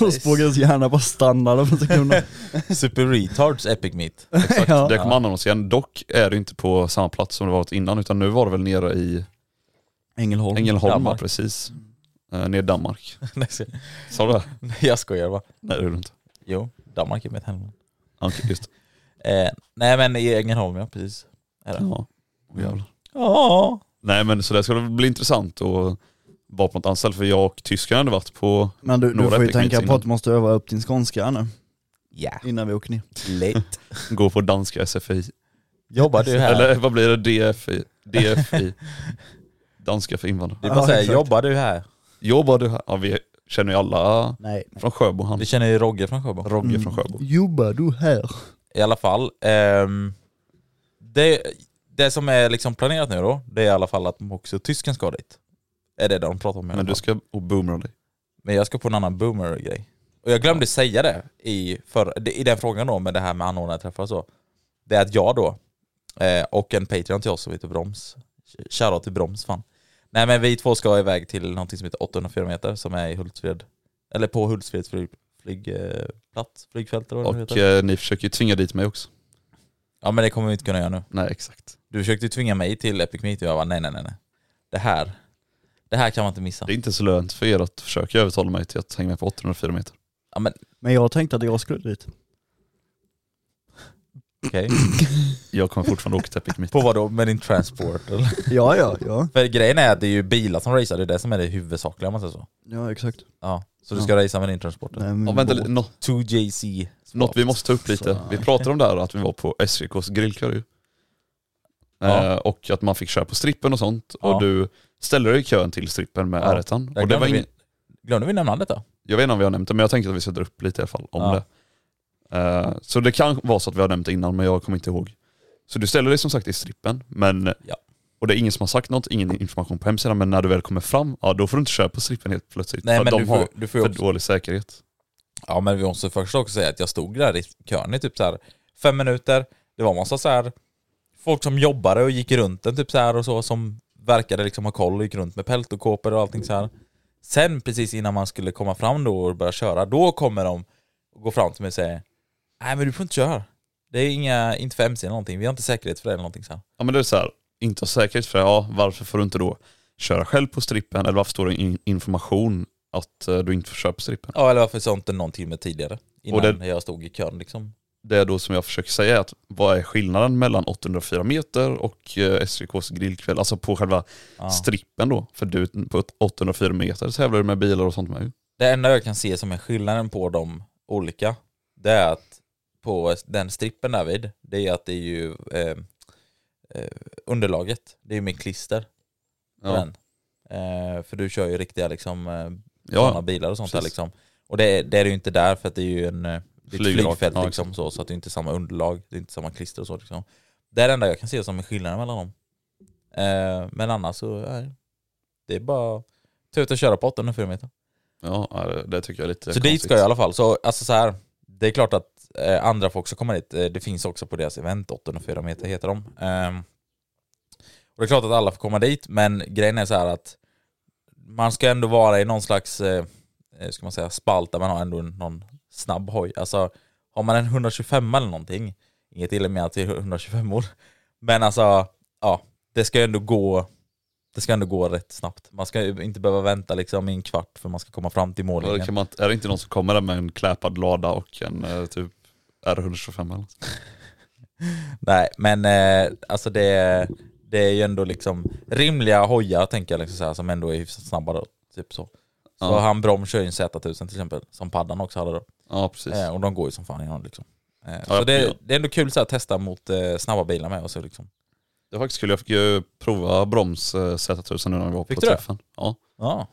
Speaker 2: Och spågens hjärna bara stannar för en sekund.
Speaker 1: Super retards epic meet.
Speaker 3: Exakt,
Speaker 2: Ja.
Speaker 3: det kommer anordnas igen. Dock är det inte på samma plats som det varit innan, utan nu var det väl nere i
Speaker 2: Ängelholm.
Speaker 3: Ängelholm, va,
Speaker 1: Danmark.
Speaker 3: precis. Eh, nere i Danmark.
Speaker 1: Nej, så-
Speaker 3: Sa du det?
Speaker 1: Nej jag skojar va?
Speaker 3: Nej det gjorde du inte.
Speaker 1: Jo, Danmark är mitt hemland.
Speaker 3: Ja, Okej, just det.
Speaker 1: Eh, nej men i Ängelholm ja, precis. Är det.
Speaker 3: Ja. Åh, jävlar.
Speaker 1: Ja.
Speaker 3: Nej men så det ska väl bli intressant att vara på något annat ställe för jag och tyskarna hade varit på...
Speaker 2: Men du, du
Speaker 3: Några
Speaker 2: får ju
Speaker 3: epic meets
Speaker 2: tänka på
Speaker 3: innan.
Speaker 2: att du måste öva upp din skånska här nu,
Speaker 1: Ja.
Speaker 2: innan vi åker ner.
Speaker 1: Late.
Speaker 3: Gå på danska SFI.
Speaker 1: Jobbar du här?
Speaker 3: Eller vad blir det? DFI? DFI? danska för invandrare.
Speaker 1: Det är bara
Speaker 2: Ja,
Speaker 1: säga,
Speaker 2: exakt.
Speaker 1: jobbar du här?
Speaker 3: Jobbar du här? Ja vi känner ju alla
Speaker 2: Nej.
Speaker 3: från Sjöbo han.
Speaker 1: Vi Mm. känner ju Rogge från Sjöbo.
Speaker 3: Rogge från Sjöbo.
Speaker 2: Jobbar du här?
Speaker 1: I alla fall. ehm, det, det som är liksom planerat nu då, det är i alla fall att också tysken ska dit. Är det de pratar om i alla
Speaker 3: Men du
Speaker 1: fall.
Speaker 3: ska och boomra dig.
Speaker 1: Men jag ska på en annan boomer-grej. Och jag glömde säga det i, för, i den frågan då med det här med anordnarträffar och så. Det är att jag då, eh, och en Patreon till oss som heter Broms, shoutout till Broms fan. Nej men vi två ska iväg till någonting som heter 804 meter som är i Hultsfred, eller på Hultsfreds flyg, flygplats, flygfält eller vad det
Speaker 3: Och
Speaker 1: heter.
Speaker 3: eh, ni försöker ju tvinga dit mig också.
Speaker 1: Ja men det kommer vi inte kunna göra nu.
Speaker 3: Nej exakt.
Speaker 1: Du försökte ju tvinga mig till Epic Meet och jag bara nej nej nej nej. Det här, det här kan man inte missa.
Speaker 3: Det är inte så lönt för er att försöka övertala mig till att hänga med på 804 meter.
Speaker 1: Ja men
Speaker 2: Men jag tänkte att jag skulle dit.
Speaker 1: okej.
Speaker 3: Jag kommer fortfarande åka till Epic Meet.
Speaker 1: På vad då? Med din transport eller?
Speaker 2: Ja, ja, ja.
Speaker 1: För grejen är att det är ju bilar som racear, det är det som är det huvudsakliga om man säger så.
Speaker 2: Ja, exakt.
Speaker 1: Ja, så du
Speaker 2: Ja.
Speaker 1: ska racea med din transporter.
Speaker 2: Nej, men
Speaker 3: Ja, vänta,
Speaker 2: båt.
Speaker 3: lite. nå,
Speaker 1: 2JC.
Speaker 3: något vi måste ta upp lite. Vi pratade om det här att vi var på SJKs grillkör ju.
Speaker 1: Ja.
Speaker 3: Eh, och att man fick köra på strippen och sånt.
Speaker 1: Ja.
Speaker 3: Och du ställde dig i kön till strippen med
Speaker 1: Ja.
Speaker 3: r 1
Speaker 1: Där
Speaker 3: Och det var
Speaker 1: glömde,
Speaker 3: in...
Speaker 1: vi, glömde vi nämna detta?
Speaker 3: Jag vet inte om vi har nämnt det, men jag tänkte att vi ska dra upp lite i alla fall om
Speaker 1: Ja.
Speaker 3: det. Eh, så det kan vara så att vi har nämnt det innan, men jag kommer inte ihåg. Så du ställer dig som sagt i strippen, men,
Speaker 1: Ja.
Speaker 3: och det är ingen som har sagt något, ingen information på hemsidan, men när du väl kommer fram, ja då får du inte köra på strippen helt plötsligt.
Speaker 1: Nej
Speaker 3: för
Speaker 1: men
Speaker 3: de
Speaker 1: du får,
Speaker 3: har
Speaker 1: du får ju
Speaker 3: för
Speaker 1: också,
Speaker 3: dålig säkerhet.
Speaker 1: Ja men vi måste först också säga att jag stod där i kön i typ så här fem minuter. Det var massa så här folk som jobbade och gick runt den typ så här och så som verkade liksom ha koll och gick runt med pält och kåpor och allting så här. Sen precis innan man skulle komma fram då och börja köra, då kommer de och går fram till mig och säger Nej men du får inte köra. Det är inga, inte för MC eller någonting, vi har inte säkerhet för det eller någonting så här.
Speaker 3: Ja men det är så här, inte ha säkerhet för det, ja varför får du inte då köra själv på strippen, eller varför står det in information att eh, du inte får köra på strippen?
Speaker 1: Ja eller varför sa inte någon till mig tidigare? Innan
Speaker 3: Och det-
Speaker 1: jag stod i kön liksom.
Speaker 3: det är då som jag försöker säga är att vad är skillnaden mellan 804 meter och eh, SJKs grillkväll, alltså på själva
Speaker 1: Ja.
Speaker 3: strippen då. För du på ett 804 meter tävlar du med bilar och sånt med. ju.
Speaker 1: Det enda jag kan se som är skillnaden på de olika, det är att på den strippen där vid, det är att det är ju eh, eh, underlaget, det är ju med klister på
Speaker 3: Ja.
Speaker 1: den. Eh, för du kör ju riktiga liksom, eh, sådana
Speaker 3: Ja.
Speaker 1: bilar och sånt där
Speaker 3: precis.
Speaker 1: liksom. Och det, är- det är det ju inte där för att det är ju en, eh, det är ett
Speaker 3: Flygrak,
Speaker 1: flygfält
Speaker 3: ja,
Speaker 1: liksom så, så att det är inte samma underlag, det är inte samma klister och så liksom. Det är det enda jag kan se som är skillnaden mellan dem. Eh, men annars så, nej. Det är bara ta ut och köra på 804 meter.
Speaker 3: Ja, ja, det- det tycker jag är lite
Speaker 1: Så dit
Speaker 3: konstigt.
Speaker 1: ska jag i alla fall. Så, alltså så här, det är klart att eh, andra får också komma dit. Eh, det finns också på deras event, 804 meter heter de. Ehm, och det är klart att alla får komma dit, men grejen är så här att man ska ändå vara i någon slags eh, eh, ska man säga, spalt där man har ändå en- någon snabb hoj. Alltså, har man en 125 eller någonting, inget illa med att det är 125 år, men alltså, ja, det ska ju ändå gå det ska ändå gå rätt snabbt. Man ska ju inte behöva vänta liksom i en kvart för man ska komma fram till
Speaker 3: Ja,
Speaker 1: mållinjen.
Speaker 3: det kan man, inte- är det inte någon som kommer där med en kläpad lada och en eh, typ R125 eller något?
Speaker 1: Nej, men eh, alltså det, det är ju ändå liksom rimliga hojar tänker jag liksom så här, som ändå är hyfsat snabba då. Typ så. Så
Speaker 3: Ja.
Speaker 1: han Brom kör ju en Z1000 till exempel, som paddan också hade då.
Speaker 3: Ja, precis.
Speaker 1: Eh, och de går ju som fan i honom liksom. Eh,
Speaker 3: Ja,
Speaker 1: så det,
Speaker 3: ja.
Speaker 1: det är ändå kul så här, att testa mot eh, snabba bilar med och så liksom.
Speaker 3: Det var faktiskt kul, jag fick ju prova broms eh, Z1000 nu när vi var
Speaker 1: Fick
Speaker 3: på
Speaker 1: du det?
Speaker 3: träffen. Ja.
Speaker 1: Ja,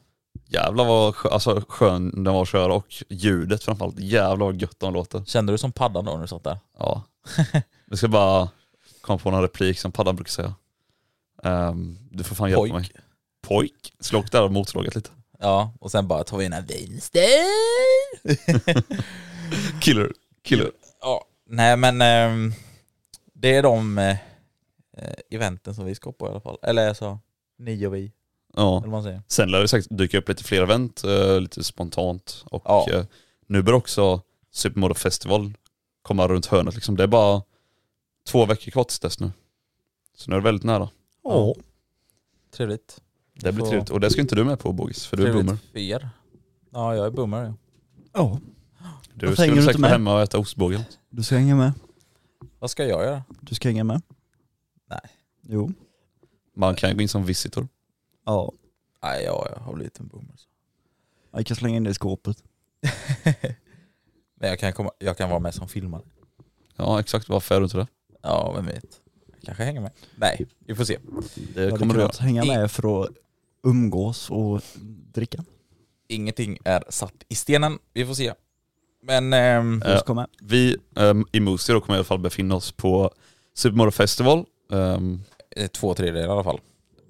Speaker 3: Jävlar vad skö, alltså, skön den var att köra och ljudet framförallt. Jävlar vad gött den låter.
Speaker 1: kände du som paddan då när du satt där?
Speaker 3: Ja. Vi ska bara komma på någon replik som Paddan brukar säga. Ehm, du får fan hjälpa mig. Pojk. Slå upp det här motslaget lite.
Speaker 1: Ja, och sen bara tar vi in en vinster.
Speaker 3: Killer. Killer.
Speaker 1: ja, nej men ehm, det är de eh, eh, eventen som vi ska på i alla fall. Eller alltså, ni och vi.
Speaker 3: Ja.
Speaker 1: Eller vad man säger.
Speaker 3: Sen lär det säkert dyka upp lite fler event, eh, lite spontant. Och
Speaker 1: Ja.
Speaker 3: eh, nu börjar också Supermodo Festival komma runt hörnet liksom. Det är bara två veckor kvar tills dess nu. Så nu är det väldigt nära.
Speaker 1: Ja. Trevligt.
Speaker 3: Det blir
Speaker 1: Så-
Speaker 3: trevligt. Och det ska inte du med på Bogis, för du är
Speaker 1: Trevligt
Speaker 3: boomer.
Speaker 1: för er. Ja, jag är boomer. ja.
Speaker 2: Ja,
Speaker 3: Du
Speaker 2: Varför
Speaker 3: skulle
Speaker 2: hänger du
Speaker 3: säkert
Speaker 2: inte med?
Speaker 3: vara hemma och äta ostbågen.
Speaker 2: du ska hänga med.
Speaker 1: Vad ska jag göra?
Speaker 2: Du ska hänga med.
Speaker 1: Nej.
Speaker 2: Jo.
Speaker 3: Man kan ju gå in som visitor.
Speaker 2: Ja.
Speaker 1: Nej, ja, jag har blivit en boomer. så.
Speaker 2: Jag kan slänga in det i skåpet.
Speaker 1: Men jag kan, komma, jag kan vara med som filmare.
Speaker 3: Ja exakt, varför är du inte det?
Speaker 1: Ja, vem vet. Jag kanske hänger med. Nej, vi får se.
Speaker 3: Det
Speaker 2: jag
Speaker 3: kommer du göra.
Speaker 2: kunnat hänga med för att umgås och dricka.
Speaker 1: Ingenting är satt i stenen. Vi får se. Men ehm,
Speaker 2: Du ska med.
Speaker 3: Vi ehm, i Moosey då kommer i alla fall befinna oss på Supermorgon Festival. Ehm,
Speaker 1: eh, två tredjedelar i alla fall.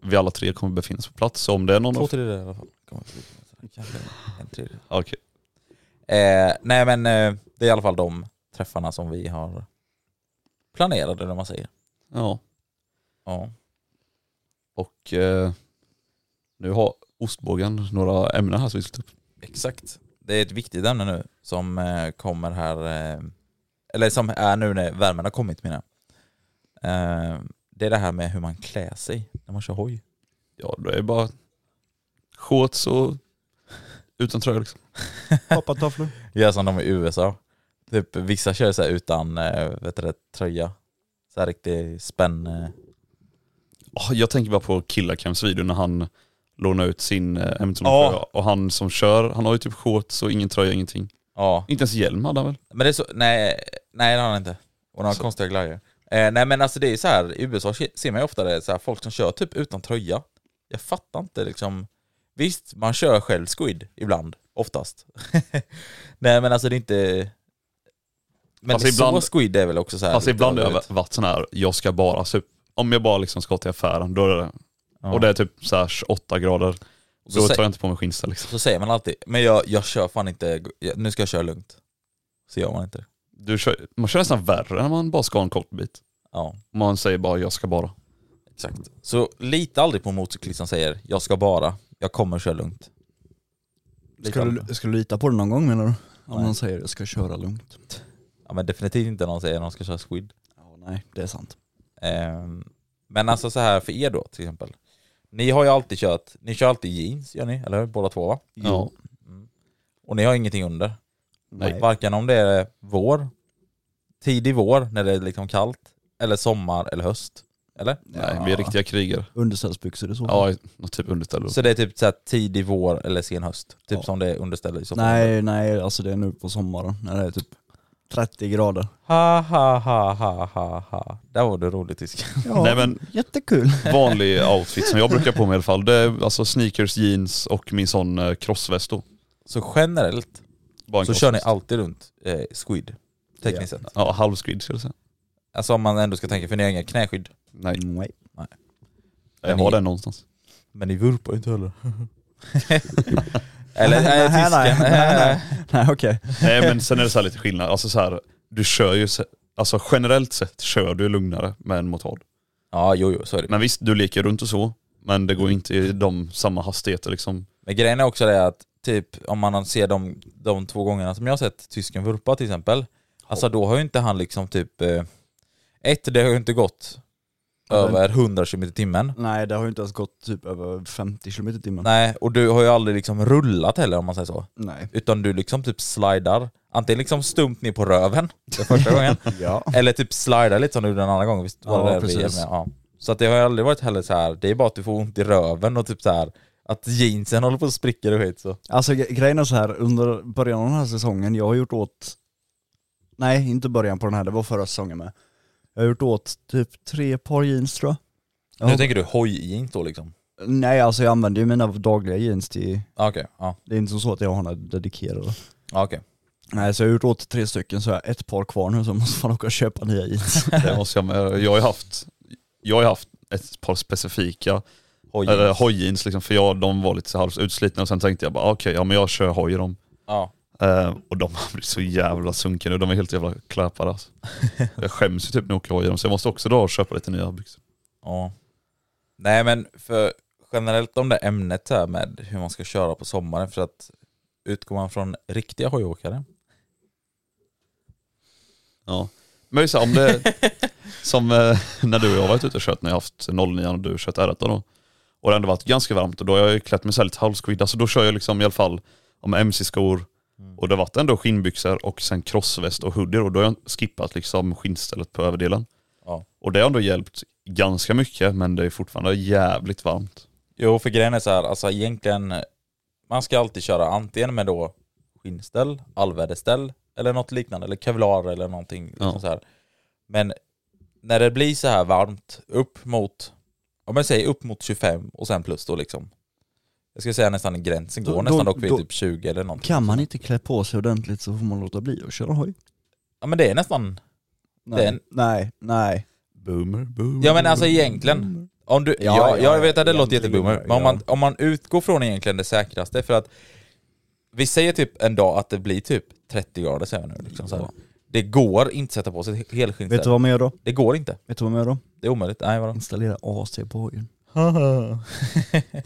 Speaker 3: vi alla tre kommer befinna oss på plats. Så om det är någon...
Speaker 1: Två tredjedelar i alla fall. Kommer vi till. Kanske en tredjedel.
Speaker 3: Ja, okej.
Speaker 1: Eh, nej men eh, det är i alla fall de träffarna som vi har planerade, när man säger.
Speaker 3: Ja.
Speaker 1: Ja.
Speaker 3: Och eh, nu har ostbågen några ämnen här som vi ska typ- ta upp.
Speaker 1: Exakt. Det är ett viktigt ämne nu som eh, kommer här, eh, eller som är nu när värmen har kommit menar jag. Eh, det är det här med hur man klär sig när man kör hoj.
Speaker 3: Ja, det är bara shorts och utan tröja liksom.
Speaker 2: Pappatafflor.
Speaker 1: Gör som de i USA. Typ, vissa kör så här utan eh, vet du, det, tröja. Så här riktig spänn... Eh,
Speaker 3: Åh, Ah, jag tänker bara på Killacams video när han lånar ut sin eh, m
Speaker 1: Ja.
Speaker 3: och han som kör, han har ju typ shorts och ingen tröja, ingenting.
Speaker 1: ja.
Speaker 3: Inte ens hjälm hade han väl?
Speaker 1: Men det är så, nej, nej det har han inte. Och några
Speaker 3: Så-
Speaker 1: konstiga glajjor. Eh, nej men alltså det är så här, i USA se- ser man ju ofta det, så här, folk som kör typ utan tröja. Jag fattar inte liksom. Visst, man kör själv squid ibland, oftast. nej men alltså det är inte... Men
Speaker 3: Fast ibland-
Speaker 1: så squid är väl också så här...
Speaker 3: Fast
Speaker 1: lite
Speaker 3: ibland har jag
Speaker 1: överdrivet.
Speaker 3: varit sån här, jag ska bara sup. Om jag bara liksom ska till affären, då är det
Speaker 1: Ja.
Speaker 3: Och det är typ så här 28 grader.
Speaker 1: Så
Speaker 3: Då
Speaker 1: sä-
Speaker 3: tar jag inte på mig skinnsta liksom.
Speaker 1: Så säger man alltid, men jag, jag kör fan inte, jag- nu ska jag köra lugnt. Så gör man inte det.
Speaker 3: Du kör, man kör nästan värre när man bara ska ha en kort bit.
Speaker 1: Ja,
Speaker 3: Man säger bara jag ska bara.
Speaker 1: exakt. Så lita aldrig på en motorcyklist som säger, jag ska bara, jag kommer köra lugnt. Lita
Speaker 2: Ska
Speaker 1: aldrig på
Speaker 2: du, ska du lita på det någon gång menar du? Om
Speaker 1: Nej.
Speaker 2: någon säger jag ska köra lugnt?
Speaker 1: Ja men definitivt inte någon säger att de ska köra squid.
Speaker 2: Ja, nej, det är sant.
Speaker 1: Ehm, men alltså så här för er då till exempel. Ni har ju alltid kört, ni kör alltid jeans gör ni, eller hur? Båda två va?
Speaker 3: Ja.
Speaker 1: Och ni har ingenting under.
Speaker 3: Nej.
Speaker 1: Varken om det är vår, tidig vår när det är liksom kallt, eller sommar eller höst. Eller?
Speaker 3: Nej, vi är riktiga krigare.
Speaker 2: Underställsbyxor i så fall.
Speaker 3: Ja, något typ underställ.
Speaker 1: Så det är typ så här tidig vår eller sen höst? Typ
Speaker 2: Ja.
Speaker 1: som det är underställer i så fall.
Speaker 2: nej, nej, alltså det är nu på sommaren när det är typ 30 grader.
Speaker 1: Ha ha ha ha ha ha. Där var det roligt tysk.
Speaker 2: Ja,
Speaker 3: Nej, men-
Speaker 2: jättekul.
Speaker 3: Vanlig outfit som jag brukar på mig i alla fall. Det är alltså sneakers, jeans och min sån eh, crossväst då.
Speaker 1: Så generellt
Speaker 3: Bara en
Speaker 1: så kör ni
Speaker 3: crossväst.
Speaker 1: alltid runt eh, squid. Tekniskt sett.
Speaker 3: Ja, halv squid skulle jag säga.
Speaker 1: Alltså om man ändå ska tänka, för ni har inga knäskydd.
Speaker 3: Nej,
Speaker 2: Nej.
Speaker 3: jag
Speaker 1: Ni-
Speaker 3: har den någonstans.
Speaker 1: Men ni vurpar inte heller. Eller nej,
Speaker 2: nej, nej,
Speaker 1: tysken.
Speaker 2: nej, nej, nej, okej.
Speaker 3: Nej men sen är det så här lite skillnad. Alltså så här, du kör ju, se- alltså generellt sett kör du lugnare med en motard.
Speaker 1: Ja, jo, jo, så är det.
Speaker 3: Men visst, du leker runt och så. Men det går inte i de samma hastigheter liksom.
Speaker 1: Men grejen är också det att typ om man ser de, de två gångerna som jag har sett tysken vurpa till exempel. Alltså då har ju inte han liksom typ... Eh, ett, det har ju inte gått över 100 km i timmen.
Speaker 2: Nej, det har ju inte ens gått typ över 50 km i timmen.
Speaker 1: Nej, och du har ju aldrig liksom rullat heller om man säger så.
Speaker 2: Nej.
Speaker 1: Utan du liksom typ slidar, antingen liksom stumt ner på röven den första gången,
Speaker 2: Ja.
Speaker 1: eller typ slidar lite som du gjorde den andra gången. Visst var
Speaker 2: Ja,
Speaker 1: det där vi
Speaker 2: precis.
Speaker 1: hjälpte med? Ja. Så att det har ju aldrig varit heller så här. det är bara att du får ont i röven och typ så här att jeansen håller på att spricka och skit så.
Speaker 2: Alltså gre- grejen är så här, under början av den här säsongen, jag har gjort åt... Nej, inte början på den här, det var förra säsongen med. Jag har gjort åt typ tre par jeans tror jag. Ja.
Speaker 1: Nu tänker du hoj-jeans då liksom?
Speaker 2: Nej, alltså jag använder ju mina dagliga jeans till...
Speaker 1: Ja, Okej, ja.
Speaker 2: Det är inte som så att jag har några dedikerade.
Speaker 1: ja. okej.
Speaker 2: Nej, så jag har gjort åt tre stycken, så jag har ett par kvar nu så jag måste fan åka och köpa nya jeans.
Speaker 3: Det måste jag, med. jag har ju haft, jag har ju haft ett par specifika
Speaker 1: Hoj-jeans.
Speaker 3: eller hojjeans liksom, för jag, de var lite så halvt utslitna och sen tänkte jag bara "Ah, okej, ja men jag kör hoj i dem.
Speaker 1: Ja.
Speaker 3: Eh, och de har blivit så jävla sunkiga nu, de är helt jävla kläpade alltså. Jag skäms ju typ när jag åker hoj i dem så jag måste också dra och köpa lite nya byxor.
Speaker 1: Ja. Nej men för generellt om det ämnet här med hur man ska köra på sommaren för att utgår man från riktiga hojåkare.
Speaker 3: Ja. Men det är så här, om det, som eh, när du och jag har varit ute och kört, när jag har haft 09 och du har kört R1 då. Och det har ändå varit ganska varmt och då har jag ju klätt mig så här lite halvsquid, alltså då kör jag liksom i alla fall om MC-skor
Speaker 1: Mm.
Speaker 3: och det har varit ändå skinnbyxor och sen crossväst och hoodie och då har jag skippat liksom skinnstället på överdelen.
Speaker 1: Ja.
Speaker 3: Och det har ändå hjälpt ganska mycket men det är fortfarande jävligt varmt.
Speaker 1: Jo för grejen är så här, alltså egentligen man ska alltid köra antingen med då skinnställ, allväderställ eller något liknande eller kevlar eller någonting. Liksom
Speaker 3: Ja.
Speaker 1: så här. Men när det blir så här varmt upp mot, om man säger upp mot 25 och sen plus då liksom. Jag skulle säga nästan gränsen
Speaker 2: Då-
Speaker 1: går
Speaker 2: då-
Speaker 1: nästan dock vid
Speaker 2: då-
Speaker 1: typ 20 eller någonting.
Speaker 2: kan man inte klä på sig ordentligt så får man låta bli att köra hoj.
Speaker 1: Ja men det är nästan
Speaker 2: Nej,
Speaker 1: Den-
Speaker 2: nej, nej.
Speaker 3: Boomer, boomer.
Speaker 1: Ja men alltså egentligen, om du, ja,
Speaker 2: Ja, ja,
Speaker 1: jag vet att det
Speaker 2: ja,
Speaker 1: låter
Speaker 2: egentligen,
Speaker 1: jätteboomer, men om
Speaker 2: ja.
Speaker 1: man, om man utgår från egentligen det säkraste, för att vi säger typ en dag att det blir typ 30 grader säger jag nu. Liksom, så här. Det går inte att sätta på sig helskinnställ.
Speaker 2: Vet du vad man gör då?
Speaker 1: Det går inte.
Speaker 2: Vet du vad man gör då?
Speaker 1: Det är omöjligt. Nej vadå?
Speaker 2: Installera AC på hojen.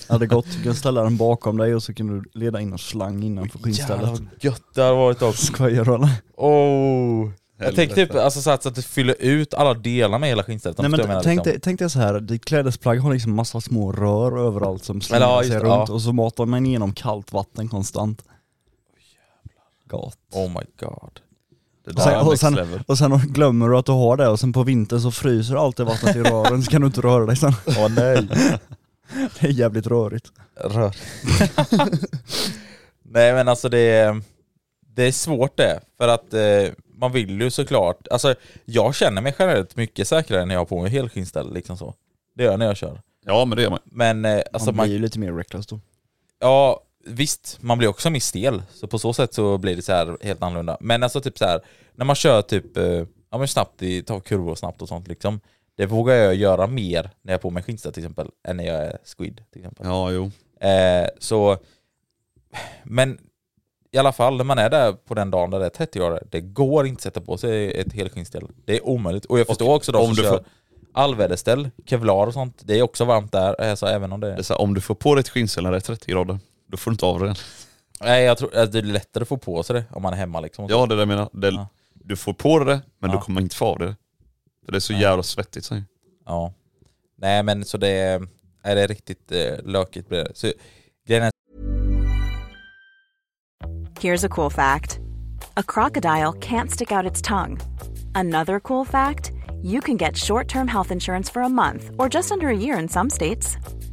Speaker 2: Hade gått, du kan ställa den bakom dig och så kan du leda in en slang innanför
Speaker 1: Jävlar
Speaker 2: skinnstället.
Speaker 1: vad gött det har varit också.
Speaker 2: Skojar du eller?
Speaker 1: Oh. Jag
Speaker 3: Helvete.
Speaker 1: tänker typ alltså, så, att, så att det fyller ut alla delar med hela skinnstället. om
Speaker 2: Nej
Speaker 1: du förstår vad
Speaker 2: men
Speaker 1: jag
Speaker 2: tänk,
Speaker 1: menar, liksom.
Speaker 2: dig, tänk dig så här, ditt klädesplagg har liksom massa små rör överallt som slänger
Speaker 1: ja, just
Speaker 2: sig
Speaker 1: det,
Speaker 2: runt
Speaker 1: ja.
Speaker 2: och så matar man igenom kallt vatten konstant. Gott.
Speaker 1: Oh my god.
Speaker 3: Det
Speaker 2: Och
Speaker 3: där
Speaker 2: sen,
Speaker 3: är
Speaker 2: och,
Speaker 3: next
Speaker 2: sen,
Speaker 3: level.
Speaker 2: och sen glömmer du att du har det och sen på vintern så fryser allt det vattnet i rören så kan du inte röra dig sen.
Speaker 1: Åh nej.
Speaker 2: Det är jävligt rörigt.
Speaker 1: Rör. Nej men alltså det är, det är svårt det, för att eh, man vill ju såklart, alltså jag känner mig generellt mycket säkrare när jag har på mig helskinnställ liksom så. Det gör jag när jag kör.
Speaker 3: Ja men det gör man.
Speaker 1: Men eh, alltså
Speaker 2: Alltså, man
Speaker 1: man,
Speaker 2: blir ju lite mer reckless då.
Speaker 1: ja visst, man blir också mer stel. Så på så sätt så blir det så här helt annorlunda. Men alltså typ så här, när man kör typ, eh, ja men snabbt i, ta kurvor snabbt och sånt liksom. Det vågar jag göra mer när jag har på mig skinnställ till exempel, än när jag är squid till exempel.
Speaker 3: Ja jo.
Speaker 1: Eh, så, men i alla fall när man är där på den dagen där det är 30 år, det går inte att sätta på sig ett helskinnställ. Det är omöjligt. Och jag förstår också de
Speaker 3: om
Speaker 1: som
Speaker 3: du
Speaker 1: kör
Speaker 3: får-
Speaker 1: allväderställ, kevlar och sånt. Det är också varmt där, eh, så även om det
Speaker 3: Det är
Speaker 1: är...
Speaker 3: så här, om du får på dig ett skinnställ när det är 30 grader, då får du inte av dig den.
Speaker 1: Nej, jag tror att det är lättare att få på sig det om man är hemma liksom. och så.
Speaker 3: Ja det är det jag menar. Det,
Speaker 1: Ja.
Speaker 3: Du får på dig det, men
Speaker 1: Ja.
Speaker 3: du kommer inte få av dig det. För det är så
Speaker 1: Nej.
Speaker 3: jävla svettigt. Så.
Speaker 1: ja. Nej men så det är, är det riktigt eh, lökigt blir det. Så, grejen är
Speaker 4: Here's a cool fact a crocodile can't stick out its tongue. Another cool fact you can get short term health insurance for a month or just under a year in some states.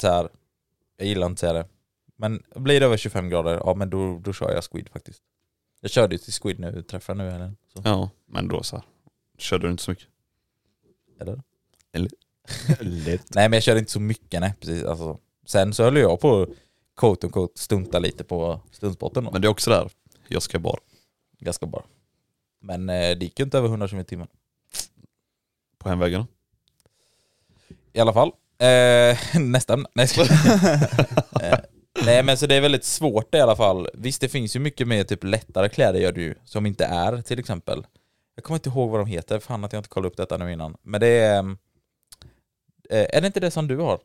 Speaker 1: så här, jag gillar inte säga det. Men blir det över 25 grader, ja men då, då kör jag squid faktiskt. Jag körde ju till squid nu, träffar nu eller så.
Speaker 3: Ja, men då så här. Körde du inte så mycket.
Speaker 1: Eller?
Speaker 3: Eller?
Speaker 1: Nej men jag körde inte så mycket nej precis. Alltså. Sen så höll jag på att coat och coat stunta lite på stuntspotten då.
Speaker 3: Men det är också där, jag ska bara
Speaker 1: Ganska bra. Men eh, det gick ju inte över 100 km i timmen.
Speaker 3: på hemvägen.
Speaker 1: I alla fall. Eh, nästa ämne. Nej, jag skojar. eh, nej men så det är väldigt svårt i alla fall. Visst det finns ju mycket mer typ lättare kläder gör du ju, som inte är till exempel. Jag kommer inte ihåg vad de heter, fan att jag inte kollade upp detta nu innan. Men det är... ehm, Eh, är det inte det som du har?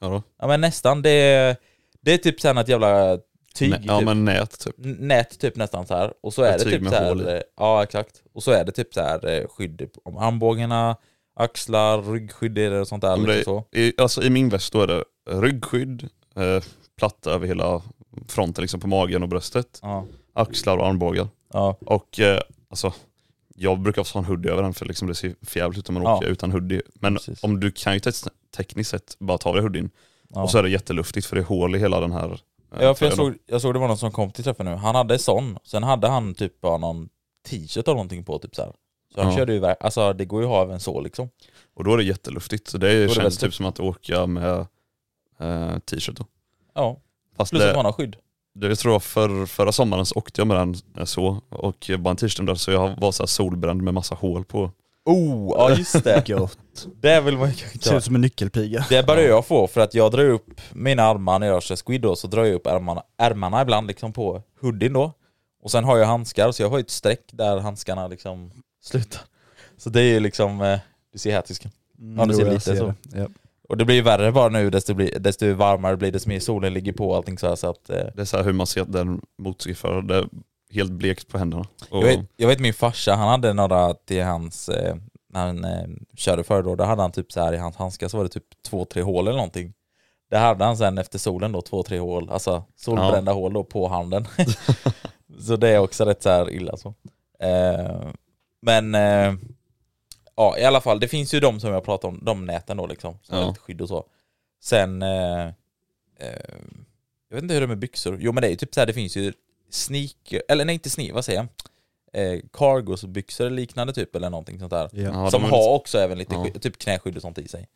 Speaker 3: Ja, då.
Speaker 1: Ja men nästan, det är, det är typ såhär något jävla tyg,
Speaker 3: Nä, ja
Speaker 1: typ.
Speaker 3: men nät typ.
Speaker 1: N- nät typ nästan så här. och så
Speaker 3: Ja,
Speaker 1: är det
Speaker 3: tyg
Speaker 1: typ
Speaker 3: med
Speaker 1: så
Speaker 3: hål i.
Speaker 1: här, eh, ja exakt, och så är det typ så här eh, skydd om armbågarna, axlar, ryggskydd är det och sånt där.
Speaker 3: Ja, men
Speaker 1: Liksom
Speaker 3: det,
Speaker 1: så.
Speaker 3: i, alltså, I min väst då är det ryggskydd, eh, platta över hela fronten liksom på magen och bröstet,
Speaker 1: Ja,
Speaker 3: axlar och armbågar.
Speaker 1: ja,
Speaker 3: Och eh, alltså, jag brukar ofta ha en hoodie över den för liksom det ser förjävligt ut om man
Speaker 1: Ja.
Speaker 3: åker utan hoodie. Men
Speaker 1: Precis.
Speaker 3: om du kan ju te- tekniskt sett bara ta av dig hoodien
Speaker 1: ja.
Speaker 3: och så är det jätteluftigt för det är hål i hela den här eh,
Speaker 1: ja, för jag,
Speaker 3: tröjan då.
Speaker 1: såg, jag såg det var någon som kom till träffen nu, han hade sån, sen hade han typ bara någon t-shirt eller någonting på typ så här. Så han
Speaker 3: Ja.
Speaker 1: körde ju iväg, alltså det går ju att ha även så liksom.
Speaker 3: Och då är det jätteluftigt. Så det,
Speaker 1: det
Speaker 3: känns
Speaker 1: väldigt
Speaker 3: typ som att åka med eh, t-shirt då.
Speaker 1: Ja,
Speaker 3: Fast
Speaker 1: plus att
Speaker 3: det,
Speaker 1: man har skydd.
Speaker 3: det, jag tror jag för, förra sommaren så åkte jag med den eh, så och bara en t-shirt där så jag var så här solbränd med massa hål på.
Speaker 1: Oh, Typ. ja just det.
Speaker 2: Gött.
Speaker 1: det vill man ju kanske inte
Speaker 2: Ser
Speaker 1: ha.
Speaker 2: ut som en nyckelpiga.
Speaker 1: Det börjar jag få för att jag drar upp mina armar när jag kör squid då, så drar jag upp ärmarna, ärmarna ibland liksom på hoodien då. Och sen har jag handskar så jag har ju ett streck där handskarna liksom slutar. Så det är ju liksom, eh, du ser här tysken. Ja, det ser
Speaker 2: Mm, Jo, jag
Speaker 1: lite så.
Speaker 2: det. Ja.
Speaker 1: Och det blir ju värre bara nu desto, blir, desto varmare det blir desto mer solen ligger på och allting så här så att eh,
Speaker 3: Det är så här hur man ser att den motorcykelföraren, det är helt blekt på händerna.
Speaker 1: jag,
Speaker 3: Och,
Speaker 1: vet, jag vet min farsa, han hade några till hans, eh, när han eh, körde förr då, då hade han typ så här i hans handskar så var det typ två, tre hål eller någonting. Det hade han sen efter solen då, två, tre hål, alltså solbrända hål då på handen. så det är också rätt så här illa så. Eh, men eh, ja, i alla fall, det finns ju de som jag pratar om, de näten då liksom, som
Speaker 3: Ja.
Speaker 1: har lite skydd och så. Sen, eh, eh, jag vet inte hur det är med byxor, jo men det är ju typ så här, det finns ju sneaker, eller nej inte sneaker, vad säger jag? Eh, cargosbyxor eller liknande typ eller någonting sånt där.
Speaker 2: Ja.
Speaker 3: Ja,
Speaker 1: som
Speaker 3: de är
Speaker 1: har
Speaker 3: lite-
Speaker 1: också även lite
Speaker 3: Ja.
Speaker 1: skydd, typ knäskydd och sånt i sig.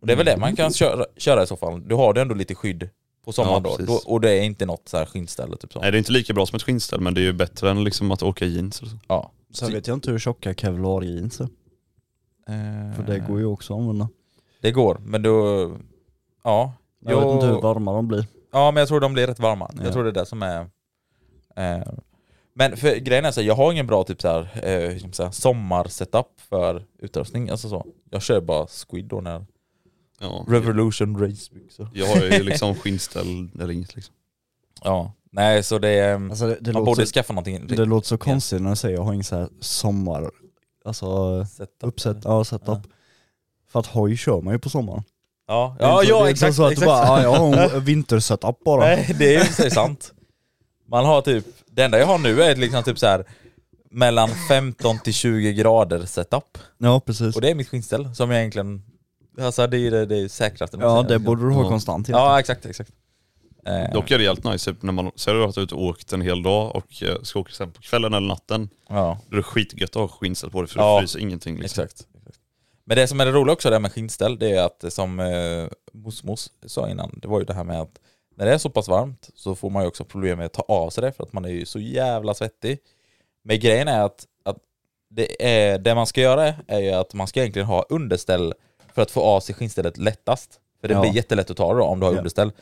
Speaker 1: Och det är väl det man kan köra, köra i så fall. Du har du ändå lite skydd på sommaren
Speaker 3: Ja,
Speaker 1: då.
Speaker 3: precis.
Speaker 1: då. Och det är inte något så här skinnställe typ så.
Speaker 3: nej det är inte lika bra som ett skinnställ men det är ju bättre än liksom att åka i jeans. eller så.
Speaker 1: Ja.
Speaker 2: Sen vet jag inte hur tjocka kevlar jeans är,
Speaker 1: Eh,
Speaker 2: för det går ju också att använda.
Speaker 1: Det går, men då... Ja.
Speaker 2: Jag vet inte hur
Speaker 1: Jo,
Speaker 2: varma de blir.
Speaker 1: ja men jag tror de blir rätt varma.
Speaker 2: Ja.
Speaker 1: Jag tror det är det som är... Eh, men för grejen är så här, jag har ingen bra typ så här, eh, hur ska man säga, sommarsetup för utrustning. Alltså så. Jag kör bara Squid då när
Speaker 3: Ja.
Speaker 1: Revolution Racebyxor.
Speaker 3: Jag har ju liksom skinnställ eller inget liksom.
Speaker 1: Ja, nej så det är...
Speaker 2: Alltså det, det,
Speaker 1: man
Speaker 2: låter,
Speaker 1: borde
Speaker 2: så,
Speaker 1: skaffa någonting.
Speaker 2: det låter så konstigt när jag säger jag har ingen så här sommar, alltså
Speaker 1: Setup.
Speaker 2: uppsätt, ja, setup.
Speaker 1: Ja.
Speaker 2: För att hoj kör man ju på sommaren.
Speaker 1: Ja,
Speaker 2: Det är
Speaker 1: ja,
Speaker 2: inte-
Speaker 1: ja
Speaker 2: det är inte
Speaker 1: exakt.
Speaker 2: så att
Speaker 1: exakt.
Speaker 2: du bara, ja, jag har en vintersetup bara.
Speaker 1: Nej, det är ju i och för sig sant. Man har typ, det enda jag har nu är liksom typ så här mellan 15 till 20 grader setup.
Speaker 2: Ja precis.
Speaker 1: Och det är mitt skinnställ som jag egentligen, alltså det är ju det, det är säkraste. man
Speaker 2: ja
Speaker 1: säger.
Speaker 2: det borde du ha
Speaker 3: Ja.
Speaker 2: konstant helt
Speaker 1: Ja exakt, exakt. Eh,
Speaker 3: Dock är det jävligt nice typ, när man säger att du har varit ute och åkt en hel dag och eh, ska åka sen på kvällen eller natten.
Speaker 1: ja,
Speaker 3: Då är det skitgött att ha skinnställ på dig för
Speaker 1: Ja.
Speaker 3: du fryser ingenting liksom.
Speaker 1: exakt. exakt. Men det som är det roliga också det här med skinnställ, det är att eh, som eh, mosmos sa innan, det var ju det här med att när det är så pass varmt så får man ju också problem med att ta av sig det för att man är ju så jävla svettig. Men grejen är att, att det, är, det man ska göra är ju att man ska egentligen ha underställ för att få av sig skinnstället lättast. För det
Speaker 2: Ja.
Speaker 1: blir jättelätt att ta det då om du har
Speaker 2: Ja.
Speaker 1: underställ.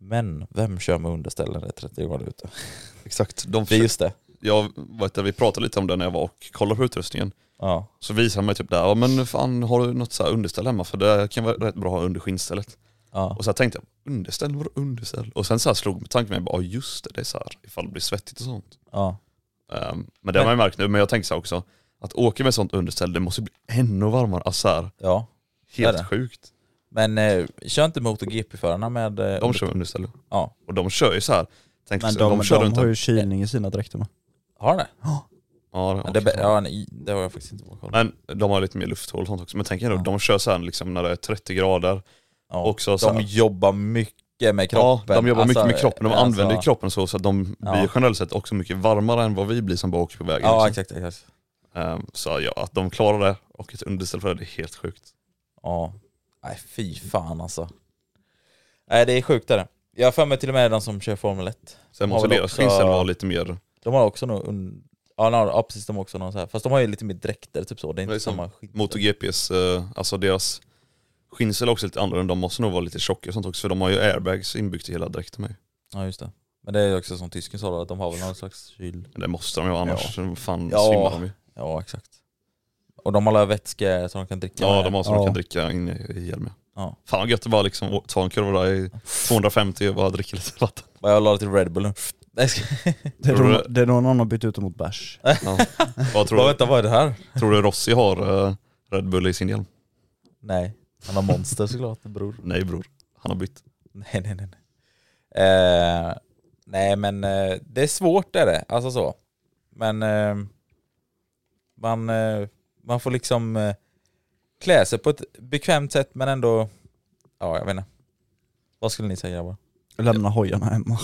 Speaker 1: Men vem kör med underställ när det är 30 grader ute?
Speaker 3: Exakt. De
Speaker 1: Det är just det.
Speaker 3: jag, vet, inte, vi pratade lite om det när jag var och kollade på utrustningen.
Speaker 1: Ja.
Speaker 3: Så visade han mig typ där, ja men fan har du något så här underställ hemma? För det kan vara rätt bra att ha under skinnstället.
Speaker 1: Ja.
Speaker 3: Och så här tänkte jag, underställ, vadå underställ? Och sen så här slog tanken mig, bara, ja just det, det är så här ifall det blir svettigt och sånt.
Speaker 1: ja.
Speaker 3: Ehm, men det har man ju märkt nu, men jag tänker så här också, att åka med sånt underställ, det måste bli ännu varmare. Alltså så här,
Speaker 1: ja.
Speaker 3: helt
Speaker 1: Är det?
Speaker 3: sjukt.
Speaker 1: Men eh, kör inte MotoGP-förarna med... Eh,
Speaker 3: De kör underställ.
Speaker 1: Ja.
Speaker 3: Och de kör ju så här. Tänk,
Speaker 2: Men
Speaker 3: de, de kör runt
Speaker 2: har
Speaker 3: en-
Speaker 2: ju kylning i sina dräkter med.
Speaker 1: Har det?
Speaker 3: Ja, det-
Speaker 1: Ja, det,
Speaker 3: okej.
Speaker 1: be- ja, nej, det har jag faktiskt inte på koll.
Speaker 3: Men de har lite mer lufthål och sånt också. Men tänk er då,
Speaker 1: Ja.
Speaker 3: de kör så här liksom när det är 30 grader.
Speaker 1: Ja.
Speaker 3: också så
Speaker 1: de
Speaker 3: här-
Speaker 1: jobbar mycket med kroppen.
Speaker 3: Ja, de jobbar mycket
Speaker 1: Alltså,
Speaker 3: med kroppen, de
Speaker 1: alltså-
Speaker 3: använder kroppen så, så att de
Speaker 1: Ja.
Speaker 3: blir generellt sett också mycket varmare än vad vi blir som bara åker på vägen.
Speaker 1: Ja,
Speaker 3: liksom.
Speaker 1: exakt. exakt.
Speaker 3: Ehm, så ja, att de klarar det och ett underställ för det, det är helt sjukt.
Speaker 1: Ja. Nej, fy fan alltså. Nej, det är sjukt är det. Jag har för mig till och med de som kör Formel 1.
Speaker 3: Sen
Speaker 1: Har
Speaker 3: måste
Speaker 1: väl
Speaker 3: deras
Speaker 1: också-
Speaker 3: skinnställ vara lite mer,
Speaker 1: De har också nog... Un- ja, no, ja, precis. De har också någon så här. Fast de har ju lite mer dräkter, typ så. Det är inte
Speaker 3: Det är som
Speaker 1: samma skit.
Speaker 3: MotoGP's, eh, alltså deras skinnställ är också lite annorlunda, de måste nog vara lite tjocka och sånt också för de har ju airbags inbyggt i hela dräkten med.
Speaker 1: Ja, just det. Men det är ju också som tysken sa då, att de har väl någon slags kyl...
Speaker 3: Men Det måste de ju annars, fan
Speaker 1: Ja.
Speaker 3: svimmar de ju.
Speaker 1: Ja, exakt. Och de har alla vätska som de kan dricka
Speaker 3: Ja,
Speaker 1: med.
Speaker 3: de har som
Speaker 2: Ja.
Speaker 3: de kan dricka in i i hjälmen.
Speaker 1: Ja.
Speaker 3: Fan vad gött att bara liksom ta en kurva där i 250 och bara dricka lite vatten.
Speaker 1: Och Jag la till Red Bull nu. Nej, jag skojar.
Speaker 2: Det är,
Speaker 3: Tror du
Speaker 2: nog- det är någon annan bytt ut dem mot bärs.
Speaker 3: Vad tror
Speaker 1: Bara,
Speaker 3: du?
Speaker 1: vänta, vad är det här?
Speaker 3: Tror du Rossi har eh, Red Bull i sin hjälm?
Speaker 1: Nej, han har monster såklart bror.
Speaker 3: Nej bror, han har bytt.
Speaker 1: Nej, nej, nej. nej. Eh, nej men eh, det är svårt är det, alltså så. Men eh, man, eh, man får liksom eh, klä sig på ett bekvämt sätt men ändå, ja jag vet inte. Vad skulle ni säga grabbar?
Speaker 2: Lämna hojarna hemma.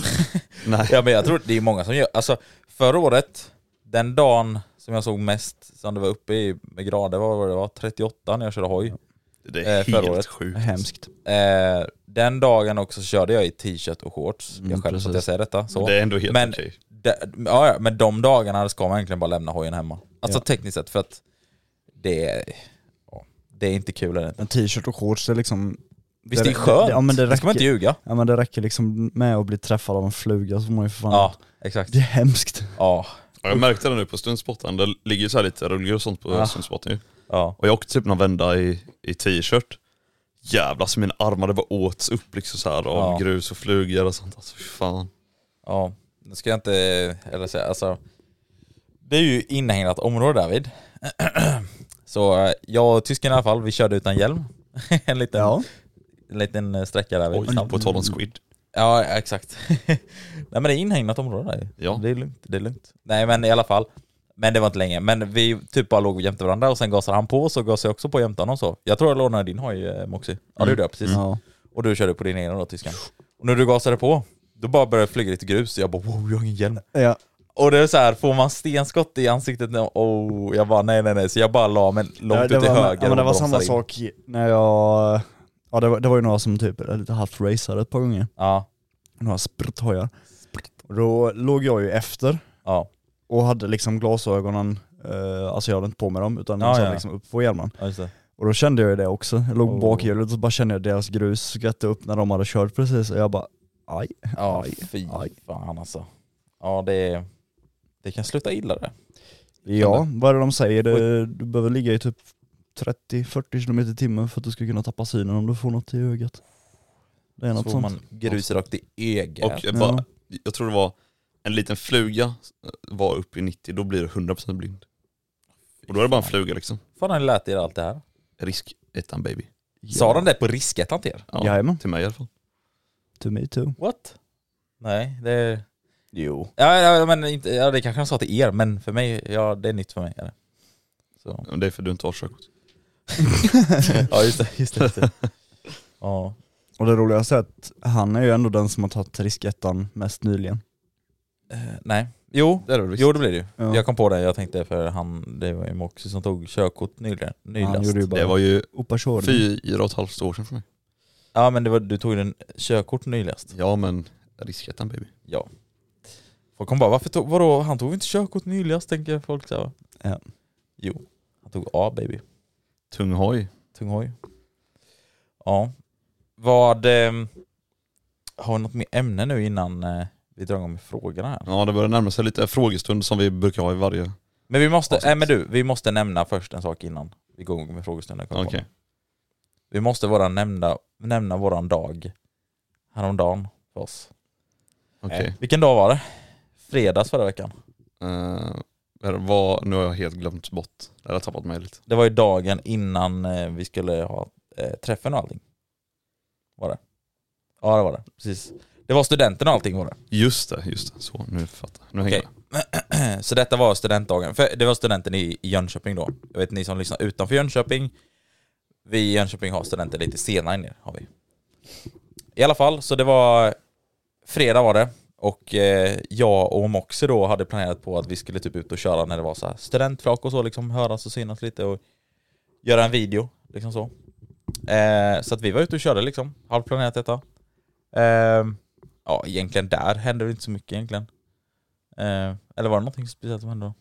Speaker 3: Nej.
Speaker 1: Ja men jag tror det är många som gör, alltså förra året, den dagen som jag såg mest som det var uppe i med grader, vad var det var, 38 när jag körde hoj.
Speaker 3: Det
Speaker 1: Eh,
Speaker 3: är
Speaker 1: förra
Speaker 3: helt
Speaker 1: året.
Speaker 3: sjukt.
Speaker 2: Hemskt.
Speaker 1: Eh, den dagen också så körde jag i t-shirt och shorts.
Speaker 2: Mm,
Speaker 1: jag skäms att jag
Speaker 2: precis.
Speaker 1: säger detta. Så.
Speaker 3: Det är ändå helt
Speaker 1: Men-
Speaker 3: okej.
Speaker 1: Det- ja, ja, men de dagarna ska man egentligen bara lämna hojen hemma. Alltså
Speaker 2: Ja.
Speaker 1: tekniskt sett för att det är, ja, det är inte kul. Är det inte.
Speaker 2: En t-shirt och shorts det är liksom...
Speaker 1: Visst det är
Speaker 2: det-
Speaker 1: skönt?
Speaker 2: ja, men det
Speaker 1: ska man inte
Speaker 2: räcker.
Speaker 1: ljuga.
Speaker 2: Ja men det räcker liksom med att bli träffad av en fluga så får man ju för fan...
Speaker 1: Ja, exakt.
Speaker 2: Det är hemskt.
Speaker 1: Ja,
Speaker 3: Ja, jag märkte det nu på stundspotten, det ligger ju så här lite rullor och sånt på
Speaker 1: Ah.
Speaker 3: stundspotten ju.
Speaker 1: ja.
Speaker 3: Och jag åkte typ någon vända i, i t-shirt. Jävlar så mina armar det bara åts upp liksom så här av
Speaker 1: Ja.
Speaker 3: grus och flugor och sånt. Alltså fy fan.
Speaker 1: Ja, nu ska jag inte, eller säga, alltså det är ju inhägnat område David. Så eh, jag och tysken i alla fall, vi körde utan hjälm. en, liten, en liten eh, sträcka där. vid
Speaker 3: Oj,
Speaker 1: stamp.
Speaker 3: på tal om squid.
Speaker 1: Ja, exakt. Nej men det är inhägnat område där ju.
Speaker 3: Ja.
Speaker 1: Det är lugnt, det är lugnt. Nej men i alla fall. Men det var inte länge. Men vi typ bara låg jämte varandra och sen gasade han på så gasade jag också på jämte honom så. Jag tror jag lånade din hoj eh, Moxie. Ja det gjorde jag precis.
Speaker 2: Ja.
Speaker 1: Och du körde på din egen då tyskan. Och när du gasade på, då bara började det flyga lite grus och jag bara wow jag har ingen hjälm.
Speaker 2: ja.
Speaker 1: Och det är så här, får man stenskott i ansiktet nu? Oh, jag bara nej nej nej. Så jag bara la mig långt
Speaker 2: Ja,
Speaker 1: ut till
Speaker 2: var,
Speaker 1: höger.
Speaker 2: Ja,
Speaker 1: och
Speaker 2: men det var
Speaker 1: bromsade
Speaker 2: samma
Speaker 1: in.
Speaker 2: sak när jag... Ja det var, det var ju några som typ lite halvt raceade ett par gånger.
Speaker 1: Ja,
Speaker 2: Några sprutthojar. Och då låg jag ju efter
Speaker 1: ja,
Speaker 2: och hade liksom glasögonen, eh, alltså jag hade inte på mig dem utan
Speaker 1: Ja,
Speaker 2: de satt
Speaker 1: Ah, ja.
Speaker 2: liksom upp på hjälmen.
Speaker 1: ja, just det.
Speaker 2: Och då kände jag ju det också. Jag låg
Speaker 1: Oh.
Speaker 2: bakhjulet och så bara kände jag deras grus skratta upp när de hade kört precis och jag bara aj.
Speaker 1: Ja,
Speaker 2: Aj,
Speaker 1: fy
Speaker 2: aj.
Speaker 1: fan alltså. Ja, det, det kan sluta illa det.
Speaker 2: Ja, vad är det de säger? Det, du behöver ligga i typ 30-40 km i timmen för att du ska kunna tappa synen om du får något i ögat. Det är något
Speaker 1: Så får
Speaker 2: sånt.
Speaker 1: man grus rakt i ögat.
Speaker 3: Och jag, bara, jag tror det var en liten fluga var uppe i 90, då blir du 100% blind. Och då är det bara en fluga liksom.
Speaker 1: Fan har ni lärt er allt det här?
Speaker 3: Risk ettan baby.
Speaker 1: Sa de det på riskettan till er?
Speaker 3: Ja,
Speaker 2: Jajamän.
Speaker 3: Till mig i alla fall.
Speaker 2: To me too.
Speaker 1: What? Nej, det...
Speaker 2: Jo.
Speaker 1: Ja, ja, men inte, ja, det kanske han sa till er, men för mig, ja, det är nytt för mig. Eller? Så.
Speaker 3: Men Det är för du inte har körkort.
Speaker 1: Ja, just det. Just det, just det. Ja.
Speaker 2: Och det roligaste är att han är ju ändå den som har tagit riskettan mest nyligen.
Speaker 1: Eh, nej. Jo,
Speaker 3: Det är det visst.
Speaker 1: jo, det blir det ju.
Speaker 2: Ja.
Speaker 1: Jag kom på det, jag tänkte för han, det var ju Moxie som tog körkort nyligen.
Speaker 2: han
Speaker 1: Nylast.
Speaker 2: gjorde ju bara
Speaker 3: Det var ju
Speaker 2: Opashori.
Speaker 3: fyra och ett halvt år sedan för mig.
Speaker 1: Ja men det var, du tog ju den körkort nyläst.
Speaker 3: Ja men riskettan baby.
Speaker 1: Ja. Folk kommer bara, varför tog, vadå, han tog inte körkort nyläst tänker folk så här. va?
Speaker 2: Ja.
Speaker 1: Jo, han tog A baby.
Speaker 3: Tung hoj.
Speaker 1: Tung hoj. Ja. Vad, ehm, har vi något mer ämne nu innan eh, vi drar igång med frågorna här?
Speaker 3: Ja det börjar närma sig lite frågestund som vi brukar ha i varje...
Speaker 1: Men vi måste,
Speaker 3: Avsnitt.
Speaker 1: nej men du, vi måste nämna först en sak innan vi går igång med frågestunden. kom jag
Speaker 3: Okej.
Speaker 1: på. Vi måste våran nämna, nämna våran dag häromdagen för oss.
Speaker 3: Okej.
Speaker 1: Eh, Vilken dag var det? Fredags förra veckan.
Speaker 3: Eh, vad, nu har jag helt glömt bort. Eller har tappat mig lite.
Speaker 1: Det var ju dagen innan eh, vi skulle ha eh, träffen och allting. Var det? Ja det var det, precis. Det var studenten och allting var det.
Speaker 3: Just det, just det. Så nu fattar jag. Nu hänger
Speaker 1: Okej. Eh, Så detta var studentdagen. För det var studenten i i Jönköping då. Jag vet ni som lyssnar utanför Jönköping. Vi i Jönköping har studenter lite senare ner. Har vi. I alla fall, så det var fredag var det. Och eh, jag och Moxie då hade planerat på att vi skulle typ ut och köra när det var så här studentflak och så liksom höras och synas lite och göra en video. Liksom så. Eh, så att vi var ute och körde liksom. Halvplanerat detta. Eh, ja, egentligen där hände det inte så mycket egentligen. Eh, eller var det någonting speciellt som hände då?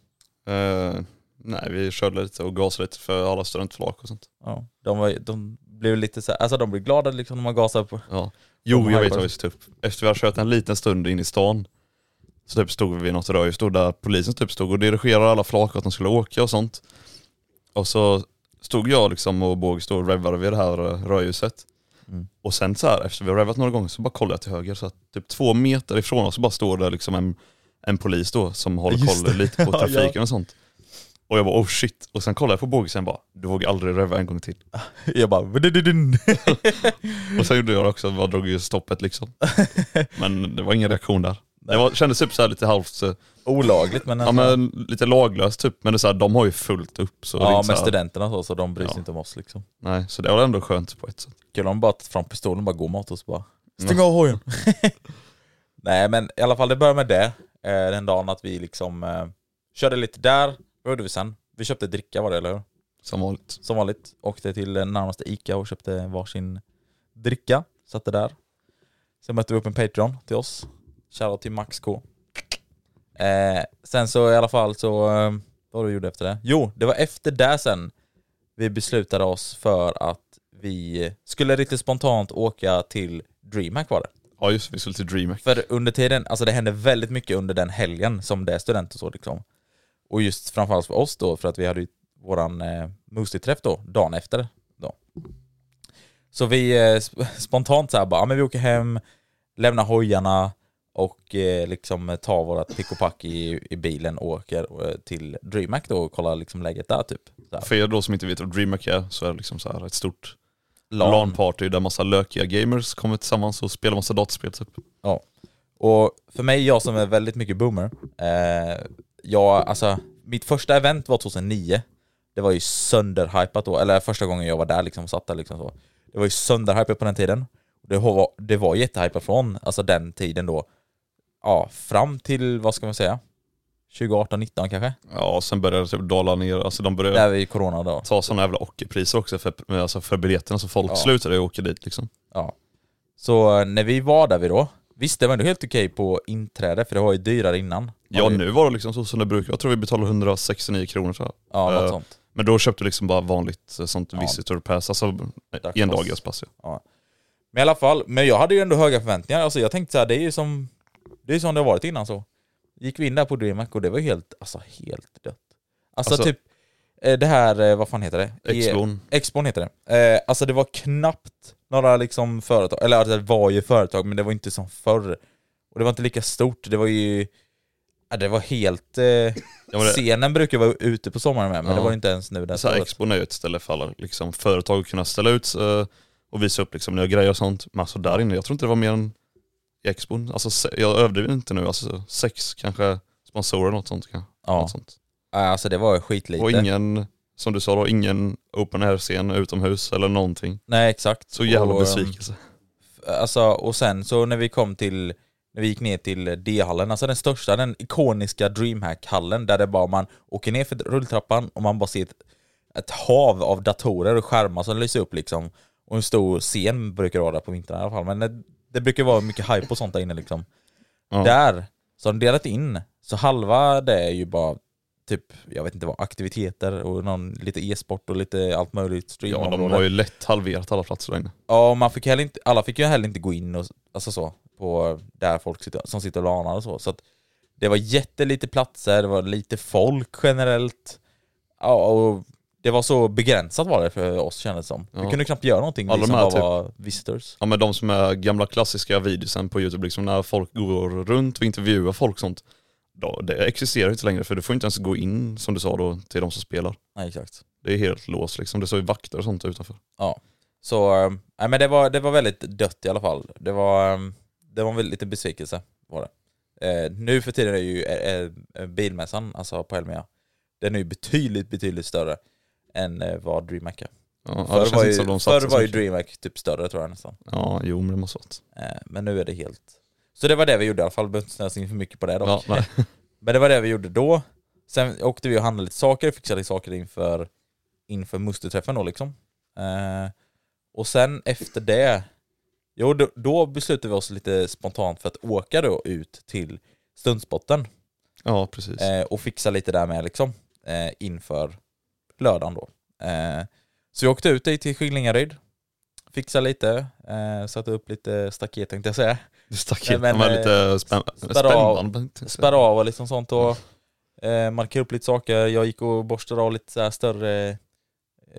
Speaker 3: jag. Eh, nej vi körde lite och gasade lite för alla studentflak och sånt.
Speaker 1: Ja, de, var, de blev lite så här, alltså de blev glada liksom när man gasade på.
Speaker 3: Ja.
Speaker 1: De
Speaker 3: Jo, jag vet
Speaker 1: hypar
Speaker 3: vad vi ska ta upp. Efter vi hade kört en liten stund in i stan så typ stod vi vid något röjs då där polisen typ stod och dirigerade alla flak att de skulle åka och sånt. Och så stod jag liksom och Båg stod och revade vid det här eh, rödljuset.
Speaker 1: Mm.
Speaker 3: Och sen så här efter vi har revat några gånger så bara kollade jag till höger så att typ två meter ifrån oss så bara står det liksom en, en polis då som håller
Speaker 2: Just
Speaker 3: koll
Speaker 2: det.
Speaker 3: lite på
Speaker 2: Ja, ja.
Speaker 3: trafiken och sånt. Och jag bara oh shit. Och sen kollade jag på Båg och sen bara du vågar aldrig röva en gång till.
Speaker 1: Jag bara "Vdududun."
Speaker 3: Och sen gjorde jag det också, bara drog ju stoppet liksom. Men det var ingen reaktion där. Det var, kändes typ så här lite halvt, eh,
Speaker 1: Olagligt men,
Speaker 3: ja, men lite laglöst typ, men det är så här, de har ju fullt upp så det är
Speaker 1: Alltså. ja,
Speaker 3: inte
Speaker 1: men
Speaker 3: så här,
Speaker 1: studenterna och så, så de bryr sig
Speaker 3: Ja.
Speaker 1: inte om oss liksom.
Speaker 3: Nej, så det var ändå skönt på ett sätt.
Speaker 1: Skulle de bara ta fram pistolen och bara gå mot oss bara.
Speaker 3: Stäng
Speaker 1: av hojen! Nej men i alla fall det började med det. Eh, den dagen att vi liksom eh, körde lite där. Vad gjorde vi sen? Vi köpte dricka var det eller hur?
Speaker 3: Som vanligt.
Speaker 1: som vanligt. Åkte till närmaste Ica och köpte varsin dricka. Satte där. Sen mötte vi upp en Patreon till oss. Shoutout till Max K. Eh, sen så i alla fall så, eh, vad var det vi gjorde efter det? Jo, det var efter det sen vi beslutade oss för att vi skulle lite spontant åka till DreamHack var det.
Speaker 3: Ja just det, vi skulle till DreamHack.
Speaker 1: För under tiden, alltså det hände väldigt mycket under den helgen som det är student och så liksom. Och just framförallt för oss då, för att vi hade ju våran eh, Moostie-träff då, dagen efter. Då. Så vi eh, sp- spontant så här bara, ja, men vi åker hem, lämnar hojarna och eh, liksom eh, tar vårat pick och pack i, i bilen och åker eh, till DreamHack då och kollar liksom läget där typ. Så här,
Speaker 3: För er då som inte vet vad DreamHack är så är det liksom så här ett stort
Speaker 1: LAN.
Speaker 3: LAN-party där massa lökiga gamers kommer tillsammans och spelar massa dataspel typ.
Speaker 1: Ja. Och för mig, jag som är väldigt mycket boomer, eh, jag, alltså, mitt första event var 2009. Det var ju sönderhypat då, eller första gången jag var där liksom, och satt där liksom så. Det var ju sönderhypat på den tiden. Det var, det var jättehypat från, alltså den tiden då, ja, fram till, vad ska man säga, 2018, 19 kanske?
Speaker 3: Ja, och sen började det typ dala ner, alltså de började
Speaker 1: Där vi corona då.
Speaker 3: ta sådana jävla ockerpriser också för, alltså för biljetterna så folk
Speaker 1: Ja.
Speaker 3: slutade åka dit liksom.
Speaker 1: Ja. Så eh, när vi var där vi då, visst det var ändå helt okej på inträde, för det var ju dyrare innan.
Speaker 3: Ja nu var det liksom så som det brukar, jag tror vi betalade 169 kronor så här.
Speaker 1: Ja, något
Speaker 3: Eh,
Speaker 1: sånt.
Speaker 3: Men då köpte du liksom bara vanligt eh, sånt
Speaker 1: Ja.
Speaker 3: visitor pass, alltså endagarspass. Ja.
Speaker 1: Men i alla fall, men jag hade ju ändå höga förväntningar. Alltså jag tänkte så här, det är ju som det, är ju som det har varit innan så. Gick vi in där på DreamHack och det var ju helt, alltså helt dött. Alltså,
Speaker 3: Alltså-
Speaker 1: typ, eh, det här, eh, vad fan heter det? I-
Speaker 3: Expon.
Speaker 1: Expon heter det. Eh, alltså det var knappt några liksom företag, eller det var ju företag men det var inte som förr. Och det var inte lika stort, det var ju... Ja, det var helt... Eh,
Speaker 3: men det-
Speaker 1: Scenen brukar vara ute på sommaren med men det
Speaker 3: Ja.
Speaker 1: var inte ens nu det här
Speaker 3: Så här,
Speaker 1: året.
Speaker 3: Expon är ju ett ställe för alla liksom, företag att kunna ställa ut eh, och visa upp liksom, nya grejer och sånt. Men alltså där inne, jag tror inte det var mer än i Expon. Alltså, se- jag överdriver inte nu, alltså sex kanske sponsorer något sånt. Kanske.
Speaker 1: Ja.
Speaker 3: Något sånt.
Speaker 1: Ja, Alltså det var ju skitlite.
Speaker 3: Och ingen, som du sa då, ingen open air-scen utomhus eller någonting.
Speaker 1: Nej exakt.
Speaker 3: Så jävla
Speaker 1: Och, ehm,
Speaker 3: besvikelse.
Speaker 1: Alltså, och sen så när vi kom till, när vi gick ner till D-hallen, alltså den största, den ikoniska DreamHack-hallen där det bara man åker ner för rulltrappan och man bara ser ett, ett hav av datorer och skärmar som lyser upp liksom. Och en stor scen brukar det vara där på vintern i alla fall, men det, det brukar vara mycket hype och sånt där inne liksom.
Speaker 3: Ja.
Speaker 1: Där, så har de delat in, så halva det är ju bara typ, jag vet inte vad, aktiviteter och någon, lite e-sport och lite allt möjligt
Speaker 3: Ja,
Speaker 1: streamområde.
Speaker 3: de har ju lätt halverat alla platser där inne.
Speaker 1: Ja, och man fick heller inte, alla fick ju heller inte gå in och, alltså så, på där folk sitter, som sitter och lanar och så. Så att det var jättelite platser, det var lite folk generellt. Ja, och det var så begränsat var det för oss kändes det som. Vi
Speaker 3: Ja.
Speaker 1: kunde knappt göra någonting,
Speaker 3: Alla
Speaker 1: vi
Speaker 3: de
Speaker 1: som
Speaker 3: här
Speaker 1: bara
Speaker 3: typ-
Speaker 1: var visitors.
Speaker 3: Ja men de som är gamla klassiska videosen på youtube, liksom när folk går runt och intervjuar folk och sånt. Då, det existerar inte längre för du får inte ens gå in som du sa då till de som spelar.
Speaker 1: Nej, exakt.
Speaker 3: Det är helt låst liksom, det står ju vakter och sånt utanför.
Speaker 1: Så, eh, nej men det var, det var väldigt dött i alla fall. Det var, eh, det var väl lite besvikelse var det. Eh, nu för tiden är ju eh, eh, bilmässan, alltså på Elmia, den är ju betydligt, betydligt större än eh, vad DreamHack är.
Speaker 3: Ja, ja, det
Speaker 1: Förr
Speaker 3: känns
Speaker 1: var
Speaker 3: inte
Speaker 1: ju,
Speaker 3: som de satsar
Speaker 1: förr
Speaker 3: så
Speaker 1: var ju
Speaker 3: mycket.
Speaker 1: DreamHack typ större tror jag nästan.
Speaker 3: Ja, jo men det måste vara så.
Speaker 1: Eh, men nu är det helt... Så det var det vi gjorde i alla fall, behöver inte snöas in för mycket på det dock.
Speaker 3: Ja, nej.
Speaker 1: Men det var det vi gjorde då. Sen åkte vi och handlade lite saker, fixade lite saker inför, inför musterträffen då liksom. Eh, och sen efter det, jo då, då beslutade vi oss lite spontant för att åka då ut till Stundsbotten
Speaker 3: ja precis.
Speaker 1: eh, och fixa lite där med liksom eh, inför lördagen då. Eh, så vi åkte ut dit till Skillingaryd, fixade lite, eh, satte upp lite staket tänkte jag säga.
Speaker 3: Det stack
Speaker 1: nej,
Speaker 3: ut,
Speaker 1: men, eh,
Speaker 3: men, men lite spän
Speaker 1: spärr
Speaker 3: spännband. tänkte jag säga.
Speaker 1: Spärra av och liksom sånt och eh, markera upp lite saker. Jag gick och borstade av lite så här större eh,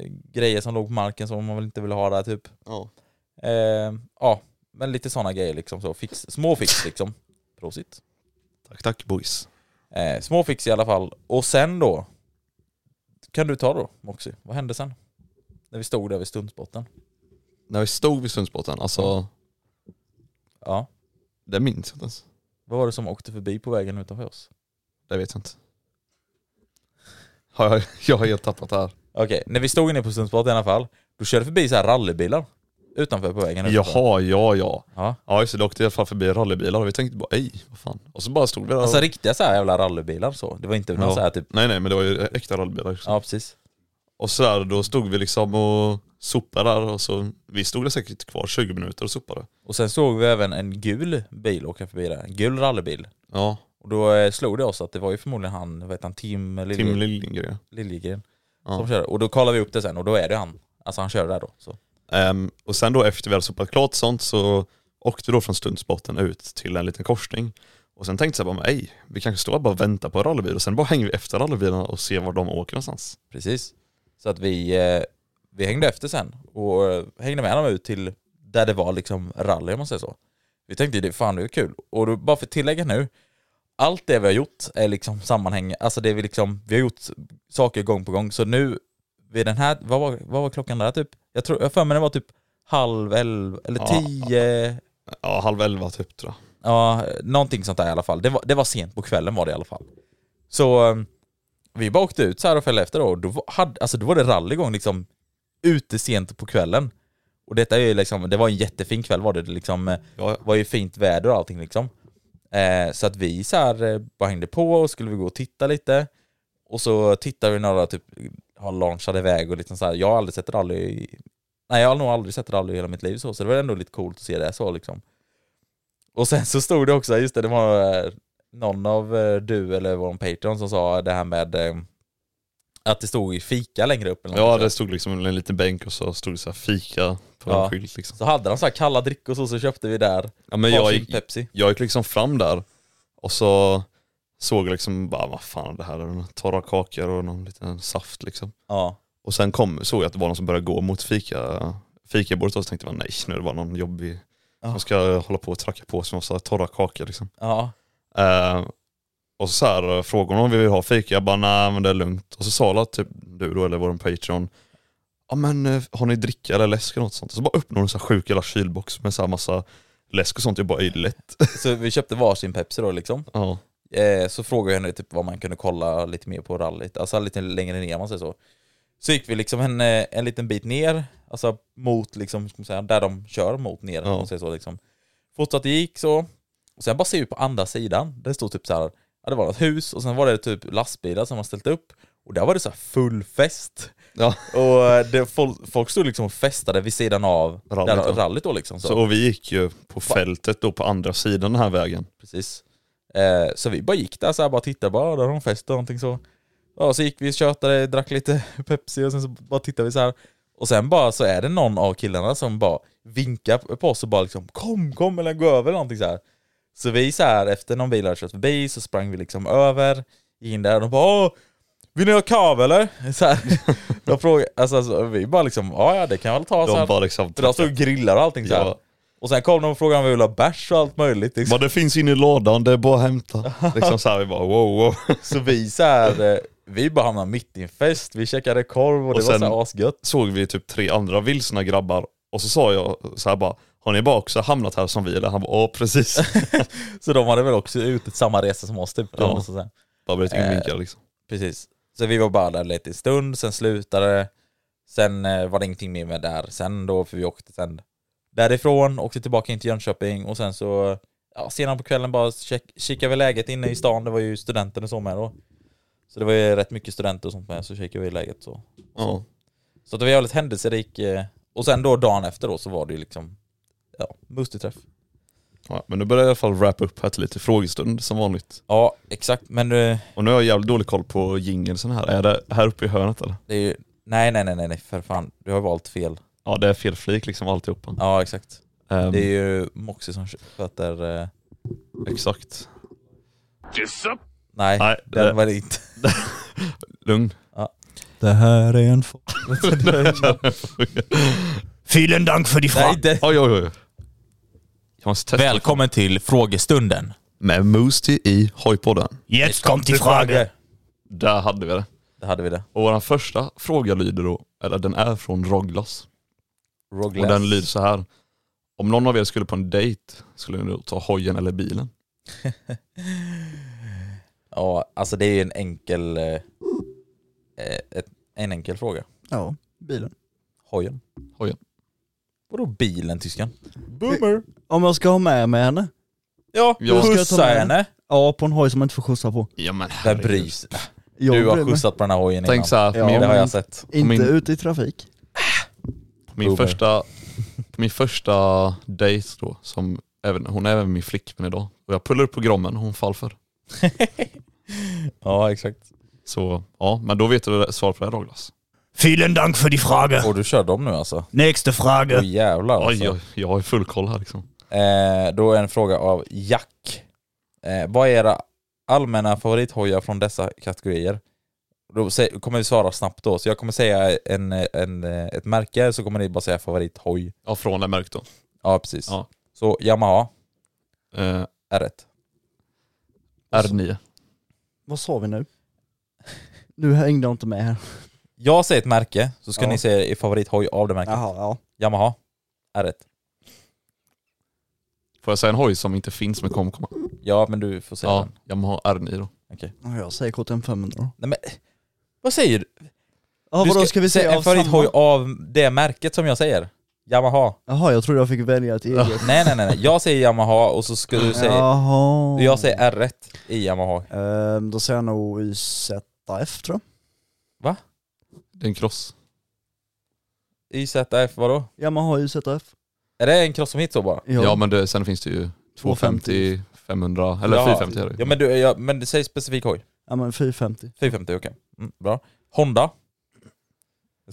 Speaker 1: grejer som låg på marken som man väl inte ville ha där typ.
Speaker 3: Ja.
Speaker 1: Eh, ja, men lite sådana grejer liksom. Så fix, små fix liksom. Prosit.
Speaker 3: Tack tack boys.
Speaker 1: Eh, små fix i alla fall. Och sen då, kan du ta då Moxie, vad hände sen? När vi stod där vid stundsbotten.
Speaker 3: När vi stod vid Sundsbotten, alltså
Speaker 1: Ja.
Speaker 3: det minns jag inte ens.
Speaker 1: Vad var det som åkte förbi på vägen utanför oss?
Speaker 3: Det vet jag inte. Har jag, jag har helt tappat det här.
Speaker 1: Okej, när vi stod inne på stundsbotten i alla fall, då körde förbi så här rallybilar utanför på vägen. utanför.
Speaker 3: Jaha, ja ja.
Speaker 1: Ja.
Speaker 3: Ja just det, det åkte i alla fall förbi rallybilar och vi tänkte bara ej, vad fan. Och så bara stod vi där och...
Speaker 1: Alltså riktiga så här jävla rallybilar så. Det var inte någon
Speaker 3: Ja.
Speaker 1: så här typ,
Speaker 3: Nej nej men det var ju äkta rallybilar. också.
Speaker 1: ja precis.
Speaker 3: Och så där, då stod vi liksom och sopade där och så, vi stod där säkert kvar 20 minuter och sopade.
Speaker 1: Och sen såg vi även en gul bil åka förbi där, en gul rallybil.
Speaker 3: Ja,
Speaker 1: Och då eh, slog det oss att det var ju förmodligen han, vad heter han, Tim Lilje-
Speaker 3: Tim Liljegren.
Speaker 1: Liljegren
Speaker 3: Ja.
Speaker 1: som körde. Och då kollade vi upp det sen och då är det han. Alltså han körde där då. Så.
Speaker 3: Ehm, och sen då efter vi hade sopat klart sånt så åkte vi då från stundsbotten ut till en liten korsning. Och sen tänkte jag bara, men ej, vi kanske står här och bara väntar på en rallybil och sen bara hänger vi efter rallybilarna och ser var de åker någonstans.
Speaker 1: Precis. Så att vi, eh, vi hängde efter sen och eh, hängde med dem ut till där det var liksom rally om man säger så. Vi tänkte det, fan det är kul. Och då, bara för att tillägga nu, allt det vi har gjort är liksom sammanhäng, alltså det vi liksom, vi har gjort saker gång på gång. Så nu, vid den här, vad var, vad var klockan där typ? Jag tror, jag har för mig det var typ halv elva, eller
Speaker 3: Ja.
Speaker 1: tio,
Speaker 3: Ja, halv elva typ tror jag.
Speaker 1: Ja, någonting sånt där i alla fall. Det var, det var sent på kvällen var det i alla fall. Så eh, vi bara åkte ut så här och följde efter då, och då var, hade, alltså då var det rallygång liksom ute sent på kvällen. Och detta är ju liksom, det var en jättefin kväll var det, det liksom, eh,
Speaker 3: Ja,
Speaker 1: var ju fint väder och allting liksom. Eh, så att vi så här eh, bara hängde på och skulle vi gå och titta lite. Och så tittade vi några typ, har launchat iväg och liksom så här, jag har aldrig sett rally, i- nej jag har nog aldrig sett rally i hela mitt liv så, så det var ändå lite coolt att se det så liksom. Och sen så stod det också, just det, det var eh, någon av eh, du eller vår Patreon som sa det här med eh, Att det stod i fika längre upp eller något.
Speaker 3: Ja det stod liksom en liten bänk och så stod det så här fika på
Speaker 1: Ja.
Speaker 3: en skylt liksom.
Speaker 1: Så hade de så här kalla drycker och så, så köpte vi där.
Speaker 3: Ja, men jag,
Speaker 1: varsin
Speaker 3: gick,
Speaker 1: Pepsi.
Speaker 3: jag gick liksom fram där och så såg jag liksom bara vad fan det här är, några torra kakor och någon liten saft liksom.
Speaker 1: Ja.
Speaker 3: Och sen kom, såg jag att det var någon som började gå mot fika, fikabordet och så tänkte jag nej nu är det bara någon jobbig som ska hålla på och tracka på sig massa torra kakor liksom.
Speaker 1: Ja.
Speaker 3: Eh, och så, så här, frågade hon om vi vill ha fika, jag bara nej men det är lugnt. Och så sa alla, typ du då eller vår Patreon, ja men eh, har ni dricka eller läsk eller något sånt? Och så bara öppnade hon en sjuk jävla kylbox med så här massa läsk och sånt, jag bara är det lätt?
Speaker 1: Så vi köpte varsin Pepsi då liksom.
Speaker 3: Ja.
Speaker 1: Eh, så frågade jag henne typ vad man kunde kolla lite mer på rallyt, alltså lite längre ner om man säger så. Så gick vi liksom en, eh, en liten bit ner, alltså mot liksom, ska man säga, där de kör mot ner om
Speaker 3: Ja.
Speaker 1: man säger så liksom. Fortsatte gick så, och sen bara ser vi på andra sidan, det stod typ så här, ja, det var något hus och sen var det typ lastbilar som var ställt upp och där var det så här full fest.
Speaker 3: Ja.
Speaker 1: Och eh, det, folk, folk stod liksom och festade vid sidan av
Speaker 3: Rallyt,
Speaker 1: rallyt, där,
Speaker 3: ja.
Speaker 1: rallyt då liksom.
Speaker 3: Så, och vi gick ju på fältet då på andra sidan den här vägen.
Speaker 1: Precis. Eh, så vi bara gick där så här, bara tittade, bara, "Ah, där har de fest och någonting så. Ja, så gick vi och tjötade, drack lite Pepsi och sen så bara tittade vi så här. Och sen bara så är det någon av killarna som bara vinkar på oss och bara liksom kom, kom eller gå över eller någonting så här. Så vi så här efter någon bil hade kört förbi så sprang vi liksom över, gick in där och de bara "Åh, vill ni ha kava eller? Så här. de frågade, alltså, så vi bara liksom ja ja det kan jag väl ta så här.
Speaker 3: De bara liksom,
Speaker 1: Så de stod och grillade och allting så här.
Speaker 3: Ja.
Speaker 1: Och sen kom de och frågade om vi ville ha bärs och allt möjligt. Liksom.
Speaker 3: bara det finns inne i ladan, det är bara att hämta. Liksom så här, vi bara wow wow.
Speaker 1: Så vi så här, eh, vi bara hamnade mitt i en fest, vi käkade korv och, det
Speaker 3: Och sen-
Speaker 1: var så här asgött.
Speaker 3: såg vi typ tre andra vilsna grabbar och så sa jag så här bara, har ni bara också hamnat här som vi eller? Han bara, ja precis.
Speaker 1: Så de hade väl också ut samma resa som oss typ.
Speaker 3: Ja.
Speaker 1: Och så sen.
Speaker 3: bara blivit invinkad liksom.
Speaker 1: Precis. Så vi var bara där lite stund, sen slutade Sen eh, var det ingenting mer med där sen då, för vi åkte sen därifrån, åkte tillbaka in till Jönköping och sen så ja, senare på kvällen bara check, kikade vi läget inne i stan, det var ju studenter och så med då. Så det var ju rätt mycket studenter och sånt med, så kikade vi läget så.
Speaker 3: Ja.
Speaker 1: Så det var jävligt händelserik. eh, Och sen då dagen efter då så var det ju liksom, ja, mustigträff.
Speaker 3: Ja, men nu börjar jag i alla fall wrap upp här till lite frågestund som vanligt.
Speaker 1: Ja, exakt. Men eh,
Speaker 3: Och nu har jag jävligt dålig koll på jingelsen här. Är det här uppe i hörnet eller?
Speaker 1: det är ju, nej nej nej nej, nej för fan. Du har valt fel.
Speaker 3: Ja det är fel flik liksom alltihopa.
Speaker 1: Ja, exakt.
Speaker 3: Ehm,
Speaker 1: Det är ju Moxie som sköter, eh,
Speaker 3: Exakt.
Speaker 1: nej,
Speaker 3: Nej,
Speaker 1: den
Speaker 3: det-
Speaker 1: var det inte.
Speaker 3: Lugn.
Speaker 2: Det här är en... f-
Speaker 5: Vielen Dank för die
Speaker 1: nej det.
Speaker 3: Oj oj oj. Jag måste testa.
Speaker 1: Välkommen till frågestunden.
Speaker 3: Med Moosty i Hojpodden.
Speaker 5: Jetzt kommt die Frage.
Speaker 3: Där hade vi det.
Speaker 1: Det hade vi det.
Speaker 3: Och vår första fråga lyder då, eller den är från Roglas.
Speaker 1: Roglass.
Speaker 3: Och den lyder så här. Om någon av er skulle på en dejt, skulle ni då ta hojen eller bilen?
Speaker 1: Ja, alltså det är ju en enkel, eh, eh, ett, en enkel fråga.
Speaker 2: Ja, bilen.
Speaker 1: Hojen.
Speaker 3: Hojen.
Speaker 1: Vadå bilen tysken? Boomer.
Speaker 2: Om jag ska ha med mig henne?
Speaker 1: Ja,
Speaker 3: Ja.
Speaker 2: Ska jag
Speaker 1: pussa
Speaker 2: ta med
Speaker 1: henne.
Speaker 2: Ja, på en hoj som man inte får skjutsa på.
Speaker 3: Ja men
Speaker 1: Vem bryr sig?
Speaker 2: Jag
Speaker 1: Du har
Speaker 2: bryr mig.
Speaker 1: skjutsat på den här hojen
Speaker 3: Tänk så
Speaker 1: innan.
Speaker 3: här, på
Speaker 2: Ja.
Speaker 3: min,
Speaker 1: Det har jag sett.
Speaker 2: Inte
Speaker 3: min-
Speaker 2: ute i trafik.
Speaker 3: på min
Speaker 1: Boomer.
Speaker 3: första, på min första dejt då, som även, hon är även min flickvän idag. Och jag pullar upp på grommen och hon faller för.
Speaker 1: Ja, exakt.
Speaker 3: Så ja, men då vet du svar på det här Douglas.
Speaker 5: Vielen Dank für die Frage.
Speaker 1: Och du kör dem nu alltså?
Speaker 5: Nächste
Speaker 1: Åh
Speaker 5: Frage.
Speaker 1: jävlar alltså.
Speaker 3: Oj, oj, jag har ju full koll här liksom.
Speaker 1: Eh, då är en fråga av Jack. Eh, vad är era allmänna favorithojar från dessa kategorier? Då sä- kommer vi svara snabbt då, så jag kommer säga en, en, eh, ett märke, så kommer ni bara säga favorithoj.
Speaker 3: Ja, från det märkt då.
Speaker 1: Ja, precis.
Speaker 3: Ja.
Speaker 1: Så Yamaha,
Speaker 3: Eh,
Speaker 1: R1.
Speaker 3: R9.
Speaker 2: Vad sa vi nu? Nu hängde jag inte med här.
Speaker 1: Jag säger ett märke, så ska
Speaker 2: Ja.
Speaker 1: ni säga er favorithoj av det märket.
Speaker 2: Jaha, ja.
Speaker 1: Yamaha, R1.
Speaker 3: Får jag säga en hoj som inte finns men kommer komma?
Speaker 1: Ja, men du får säga
Speaker 3: Ja,
Speaker 1: den.
Speaker 3: jag har R9 då.
Speaker 2: Ja, Jag säger KTM 500 då.
Speaker 1: Nej, men, vad säger du?
Speaker 2: Ja,
Speaker 1: du
Speaker 2: vadå, ska vi säga
Speaker 1: en
Speaker 2: av samma?
Speaker 1: favorithoj av det märket som jag säger. Yamaha.
Speaker 2: Jaha, jag trodde jag fick välja ett eget.
Speaker 1: Nej, nej, nej, nej. Jag säger Yamaha och så ska du säga...
Speaker 2: Jaha.
Speaker 1: Jag säger R1 i Yamaha.
Speaker 2: Ehm, då säger jag nog YZF tror jag.
Speaker 3: Det är en cross.
Speaker 1: YZF, vadå?
Speaker 2: Yamaha YZF.
Speaker 1: Är det en cross som hit så bara?
Speaker 3: Ja, men det, sen finns det ju 250, 500 eller
Speaker 1: Ja.
Speaker 3: 450 är det ju.
Speaker 1: Ja men, du, ja, men det säger specifik hoj.
Speaker 2: Ja men 450.
Speaker 1: 450, okej. Mm, bra. Honda.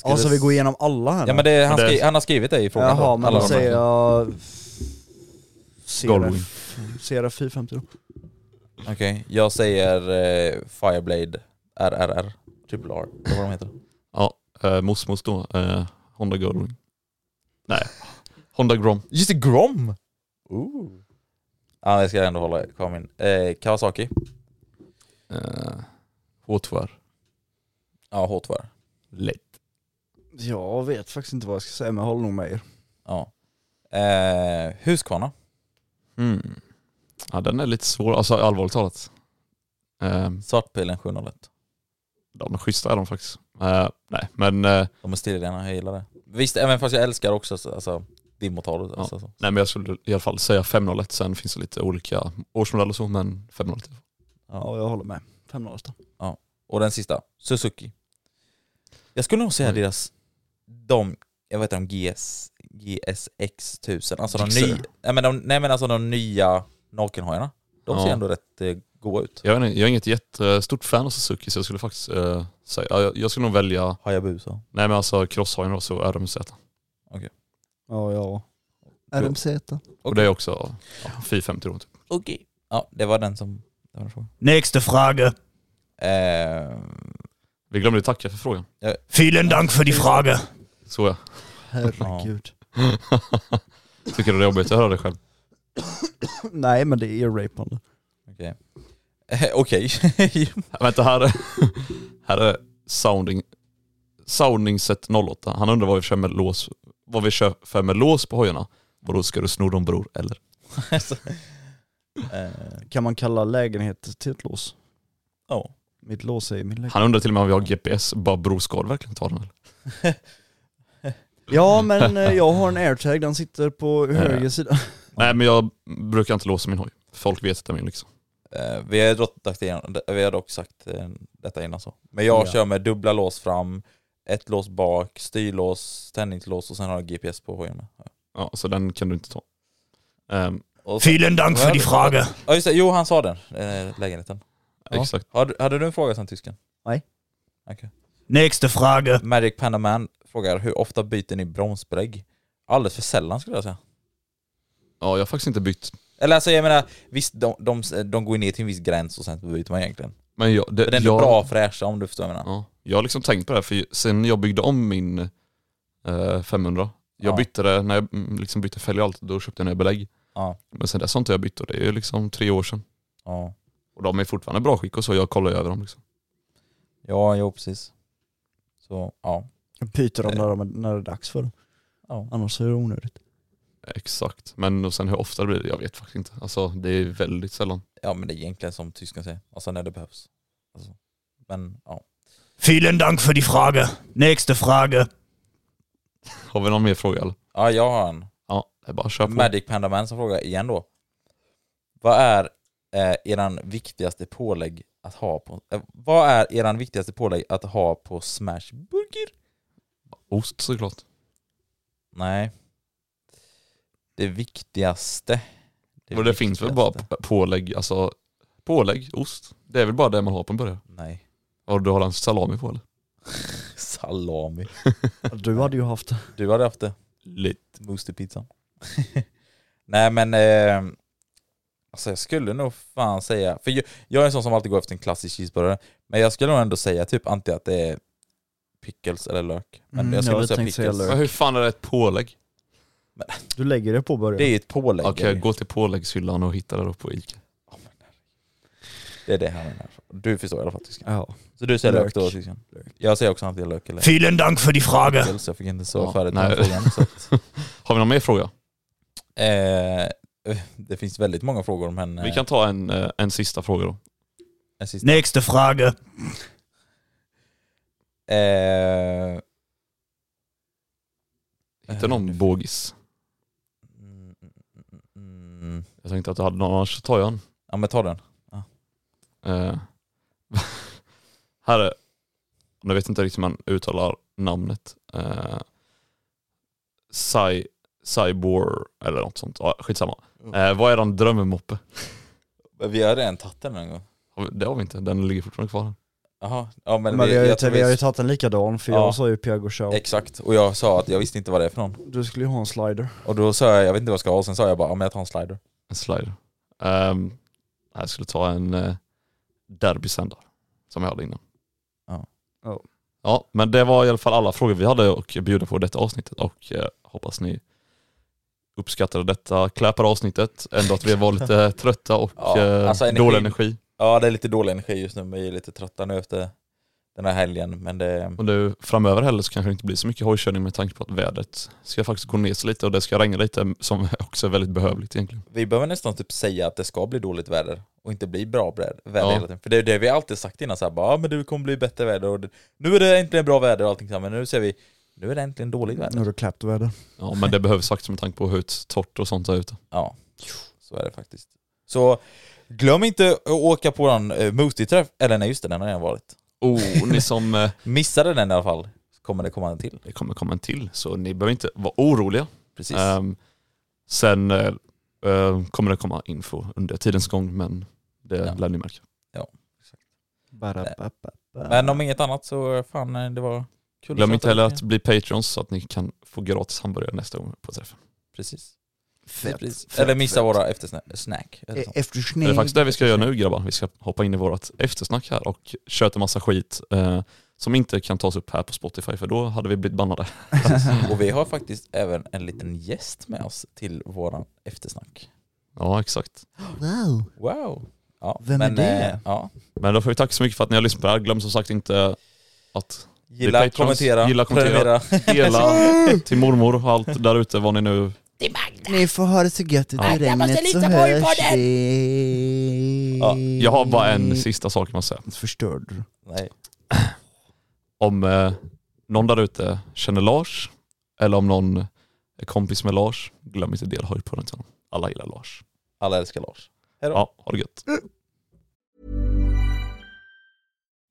Speaker 1: Jag
Speaker 2: Ja, så
Speaker 1: skriver-
Speaker 2: vi går igenom alla här
Speaker 1: Ja
Speaker 2: nu?
Speaker 1: men det, är- han,
Speaker 3: Men det-
Speaker 1: skri, han har skrivit det i frågan.
Speaker 2: Jaha, men
Speaker 1: Alla
Speaker 2: då
Speaker 1: de här.
Speaker 2: säger jag...
Speaker 3: Goldwing.
Speaker 2: CRF, CRF 450 då.
Speaker 1: Okej, jag säger eh, Fireblade RRR. Triple R, eller vad de heter.
Speaker 3: Ja, eh, mosmos då. Eh, Honda Goldwing. Nej, Honda Grom.
Speaker 1: Just det, Grom! Ooh. Ja, jag ska ändå hålla kvar min. Eh, Kawasaki.
Speaker 3: Eh, H2R.
Speaker 1: Ja, H2R.
Speaker 3: Lätt.
Speaker 2: Jag vet faktiskt inte vad jag ska säga men jag håller nog med er.
Speaker 1: Ja. Eh, Husqvarna.
Speaker 3: Mm. Ja, den är lite svår. Alltså allvarligt talat. Eh,
Speaker 1: Svartpilen 701.
Speaker 3: de är schyssta är de faktiskt. Eh, nej, men, eh,
Speaker 1: De är stilrena, jag gillar det. Visst, även fast jag älskar också så- alltså, dimmotalet.
Speaker 3: Ja.
Speaker 1: Alltså, så.
Speaker 3: nej, men jag skulle i alla fall säga 501. Sen finns det lite olika årsmodeller och så, men 501.
Speaker 2: Ja, jag håller med. 500 då.
Speaker 1: Och den sista, Suzuki. Jag skulle nog säga
Speaker 3: Oj.
Speaker 1: deras, de, jag vet inte de GS, GSX 1000, alltså de,
Speaker 3: Gixxer.
Speaker 1: ny, nej, men de, nej men alltså de nya nakenhojarna. De ser
Speaker 3: Ja.
Speaker 1: ändå rätt eh, goa ut.
Speaker 3: Jag, vet inte, jag är inget jättestort fan av Suzuki så jag skulle faktiskt eh, säga, ja, jag, jag skulle nog välja,
Speaker 1: Hayabusa.
Speaker 3: nej men alltså crosshojen då, så RMZ.
Speaker 2: Ja, ja. RMZ.
Speaker 3: Och det är också ja, 450 då typ.
Speaker 1: Okej. Ja, det var den som, det var den frågan.
Speaker 5: Nächste Frage.
Speaker 1: Eh,
Speaker 3: Vi glömde ju tacka für frågan.
Speaker 5: Vielen Dank für die Frage.
Speaker 3: Så ja.
Speaker 2: Herregud.
Speaker 3: Tycker du det är jobbigt att höra det själv?
Speaker 2: Nej men det är rapande.
Speaker 1: okej. Eh, Okej.
Speaker 3: Vänta, här är, här är sounding, sounding set 08. Han undrar vad vi kör med lås, vad vi kör för med lås på hojarna. Vadå, ska du sno dem bror eller?
Speaker 1: Alltså, eh,
Speaker 2: Kan man kalla lägenhet till ett lås?
Speaker 1: Ja.
Speaker 2: Mitt lås är i min lägenhet.
Speaker 3: Han undrar till och med om vi har GPS, bara bror ska du verkligen ta den eller?
Speaker 2: Ja men eh, jag har en airtag, den sitter på höger sida.
Speaker 3: Nej men jag brukar inte låsa min hoj. Folk vet att det är min liksom.
Speaker 1: Eh, vi, har dock sagt igen- vi har dock sagt eh, detta innan så. Men jag
Speaker 2: Ja.
Speaker 1: kör med dubbla lås fram, ett lås bak, styrlås, tändningslås och sen har jag GPS på hojen med.
Speaker 3: Ja, så den kan du inte ta. Ehm,
Speaker 1: Och så-
Speaker 5: Vielen Dank für die Frage.
Speaker 1: Ja just det, jo han sa den, eh, lägenheten.
Speaker 2: Ja.
Speaker 3: Exakt.
Speaker 1: Har, du- hade du en fråga sen tysken?
Speaker 2: Nej.
Speaker 1: Okej.
Speaker 5: Nächste Frage.
Speaker 1: Magic Panda Man frågar hur ofta byter ni bromsbelägg? Alldeles för sällan skulle jag säga.
Speaker 3: Ja, jag har faktiskt inte bytt.
Speaker 1: Eller alltså jag menar, visst de, de, de går ju ner till en viss gräns och sen så byter man egentligen.
Speaker 3: Men jag, det,
Speaker 1: Men den är
Speaker 3: jag,
Speaker 1: bra fräscha om du förstår vad jag menar.
Speaker 3: Ja, jag har liksom tänkt på det här, för sen jag byggde om min eh, 500, jag
Speaker 1: Ja.
Speaker 3: bytte det, när jag mm, liksom bytte fälg och allt, då köpte jag nya belägg.
Speaker 1: Ja.
Speaker 3: Men sen dess har inte jag bytt och det är ju liksom tre år sedan.
Speaker 1: Ja,
Speaker 3: Och de är fortfarande i bra skick och så, jag kollar ju över dem liksom.
Speaker 1: ja jo precis. Så ja.
Speaker 2: Jag byter
Speaker 5: Eh.
Speaker 2: dem när, de- när det är dags för dem.
Speaker 1: ja.
Speaker 2: Annars är det onödigt.
Speaker 3: Exakt. Men och sen hur ofta det blir, jag vet faktiskt inte. Alltså det är väldigt sällan.
Speaker 1: Ja men det är egentligen som tysken säger, alltså när det behövs. Alltså. Men ja.
Speaker 5: Vielen Dank für die Frage. Nächste Frage.
Speaker 3: Har vi någon mer fråga eller?
Speaker 1: Ja jag har en.
Speaker 3: Ja, det är bara att köra på.
Speaker 1: Magic Panda Man som frågar igen då. Vad är eh, eran viktigaste pålägg att ha på... Eh, vad är eran viktigaste pålägg att ha på smashburger?
Speaker 3: Ost såklart.
Speaker 1: Nej. Det viktigaste.
Speaker 3: och det finns väl bara
Speaker 1: viktigaste.
Speaker 3: p- pålägg, alltså pålägg, ost. Det är väl bara det man har på en början.
Speaker 1: Nej.
Speaker 3: Har du har en salami på eller?
Speaker 1: Salami.
Speaker 2: Du hade ju haft
Speaker 1: Du hade haft det.
Speaker 3: Lite.
Speaker 1: Moosterpizzan. Nej men, eh, alltså jag skulle nog fan säga, för jag, jag är en sån som alltid går efter en klassisk cheeseburgare, men jag skulle nog ändå säga typ antingen att det är pickles eller lök. Men
Speaker 2: Mm,
Speaker 1: jag skulle
Speaker 2: jag
Speaker 1: nog säga
Speaker 2: tänkte säga
Speaker 1: pickles.
Speaker 2: lök.
Speaker 3: Men hur fan är det ett pålägg?
Speaker 2: Du lägger det på
Speaker 1: Det är
Speaker 2: början.
Speaker 1: ju ett pålägg.
Speaker 3: Okej, gå till påläggshyllan och hitta det då på Ica.
Speaker 1: Det är det här menar. Du förstår i alla fall tyskan.
Speaker 2: Ja.
Speaker 1: Så du säger lök
Speaker 2: Lök.
Speaker 1: då tyskan? Jag säger också antingen lök eller
Speaker 5: Vielen Dank für die Frage.
Speaker 1: pickles, jag fick inte så
Speaker 3: Ja,
Speaker 1: färdigt den
Speaker 3: nej.
Speaker 1: frågan. Så att,
Speaker 3: Har vi någon mer fråga?
Speaker 1: eh, det finns väldigt många frågor om henne.
Speaker 3: Vi kan ta en, eh, en sista fråga då.
Speaker 1: en sista.
Speaker 5: Nächste Frage.
Speaker 1: Eh,
Speaker 3: Hitta någon bogis.
Speaker 1: Mm, mm, mm, mm.
Speaker 3: Jag tänkte att du hade någon, annars tar jag en.
Speaker 1: Ja men ta den.
Speaker 3: Eh, här är, nu vet jag inte riktigt hur man uttalar namnet. Eh, Cy, Cybor eller något sånt. Ja, skitsamma. Eh, vad är den drömmoppe?
Speaker 1: Vi har redan tagit den en gång.
Speaker 3: Har vi- Det har vi inte, den ligger fortfarande kvar. här.
Speaker 1: Jaha, ja men,
Speaker 2: Men, vi, har ju,
Speaker 1: jag tror
Speaker 2: vi har ju
Speaker 1: vi,
Speaker 2: tagit en likadan för
Speaker 1: Ja.
Speaker 2: jag sa ju Piago Show.
Speaker 1: Exakt, och jag sa att jag visste inte vad det är för någon.
Speaker 2: Du skulle ju ha en slider.
Speaker 1: Och då sa jag, jag vet inte vad jag ska ha, och sen sa jag bara, ja men jag tar en slider.
Speaker 3: En slider. Ehm, jag skulle ta en uh, derbysändare som jag hade innan.
Speaker 1: Ja.
Speaker 2: Ja.
Speaker 3: Ja, men det var i alla fall alla frågor vi hade att bjuda på i detta avsnittet och eh, hoppas ni uppskattade detta kläpade avsnittet. Ändå att vi var lite trötta och
Speaker 1: Ja,
Speaker 3: eh,
Speaker 1: alltså energin-
Speaker 3: dålig energi.
Speaker 1: Ja det är lite dålig energi just nu, vi är lite trötta nu efter den här helgen, men det...
Speaker 3: Och nu framöver heller så kanske det inte blir så mycket hojkörning med tanke på att vädret ska faktiskt gå ner sig lite och det ska regna lite som också är väldigt behövligt egentligen.
Speaker 1: Vi behöver nästan typ säga att det ska bli dåligt väder och inte bli bra bräd- väder
Speaker 3: Ja.
Speaker 1: hela tiden. För det är det vi alltid sagt innan, så här, bara, ja men det kommer bli bättre väder och det, nu är det äntligen bra väder och allting så här, men nu ser vi, nu är det äntligen dåligt
Speaker 2: Nu
Speaker 1: väder.
Speaker 2: har du kläppt väder.
Speaker 3: Ja, men det behövs faktiskt med tanke på hur torrt och sånt är ute.
Speaker 1: Ja, så är det faktiskt. Så glöm inte att åka på den uh, Moostie-träff, eller nej just det, den har redan varit.
Speaker 3: Oh, ni som eh,
Speaker 1: Missade den i alla fall, så kommer det komma en till.
Speaker 3: det kommer komma en till, så ni behöver inte vara oroliga.
Speaker 1: Precis.
Speaker 3: Ehm, sen eh, eh, kommer det komma info under tidens gång, men det
Speaker 1: Ja.
Speaker 3: lär ni märka.
Speaker 1: Men om inget annat så fan eh, det var kul
Speaker 3: Glöm
Speaker 1: prata
Speaker 3: inte heller
Speaker 1: lite.
Speaker 3: att bli patrons så att ni kan få gratis hamburgare nästa gång på träffen.
Speaker 1: Precis.
Speaker 2: Fett,
Speaker 1: Precis.
Speaker 2: fett,
Speaker 1: eller missa
Speaker 2: fett.
Speaker 1: våra eftersnack. eller
Speaker 3: Eh,
Speaker 1: sånt.
Speaker 2: Efter
Speaker 3: Det är faktiskt det vi ska göra nu grabbar. Vi ska hoppa in i vårt eftersnack här och köta massa skit eh, som inte kan tas upp här på Spotify för då hade vi blivit bannade. eh.
Speaker 1: Och vi har faktiskt även en liten gäst med oss till våran eftersnack.
Speaker 3: Ja exakt.
Speaker 2: Wow.
Speaker 1: Wow! Ja,
Speaker 2: Vem är det?
Speaker 1: eh, Ja.
Speaker 3: Men då får vi tacka så mycket för att ni har lyssnat på det här. Glöm som sagt inte att
Speaker 1: Gilla,
Speaker 3: patrons,
Speaker 1: kommentera,
Speaker 3: gilla, kommentera.
Speaker 1: prenumerera.
Speaker 3: dela till mormor och allt där ute vad ni nu...
Speaker 2: Ni får ha det så gött ute i regnet så hörs vi.
Speaker 1: Ja,
Speaker 3: Jag har bara en sista sak man säga.
Speaker 2: Förstörd.
Speaker 1: Nej.
Speaker 3: om eh, någon där ute känner Lars eller om någon är kompis med Lars, glöm inte att dela höjdpodden till honom. Alla gillar Lars.
Speaker 1: Alla älskar Lars. Hej då.
Speaker 3: Ja, ha det gött.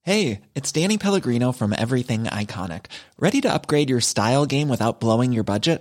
Speaker 6: Hey, it's Danny Pellegrino from Everything Iconic. Ready to upgrade your style game without blowing your budget?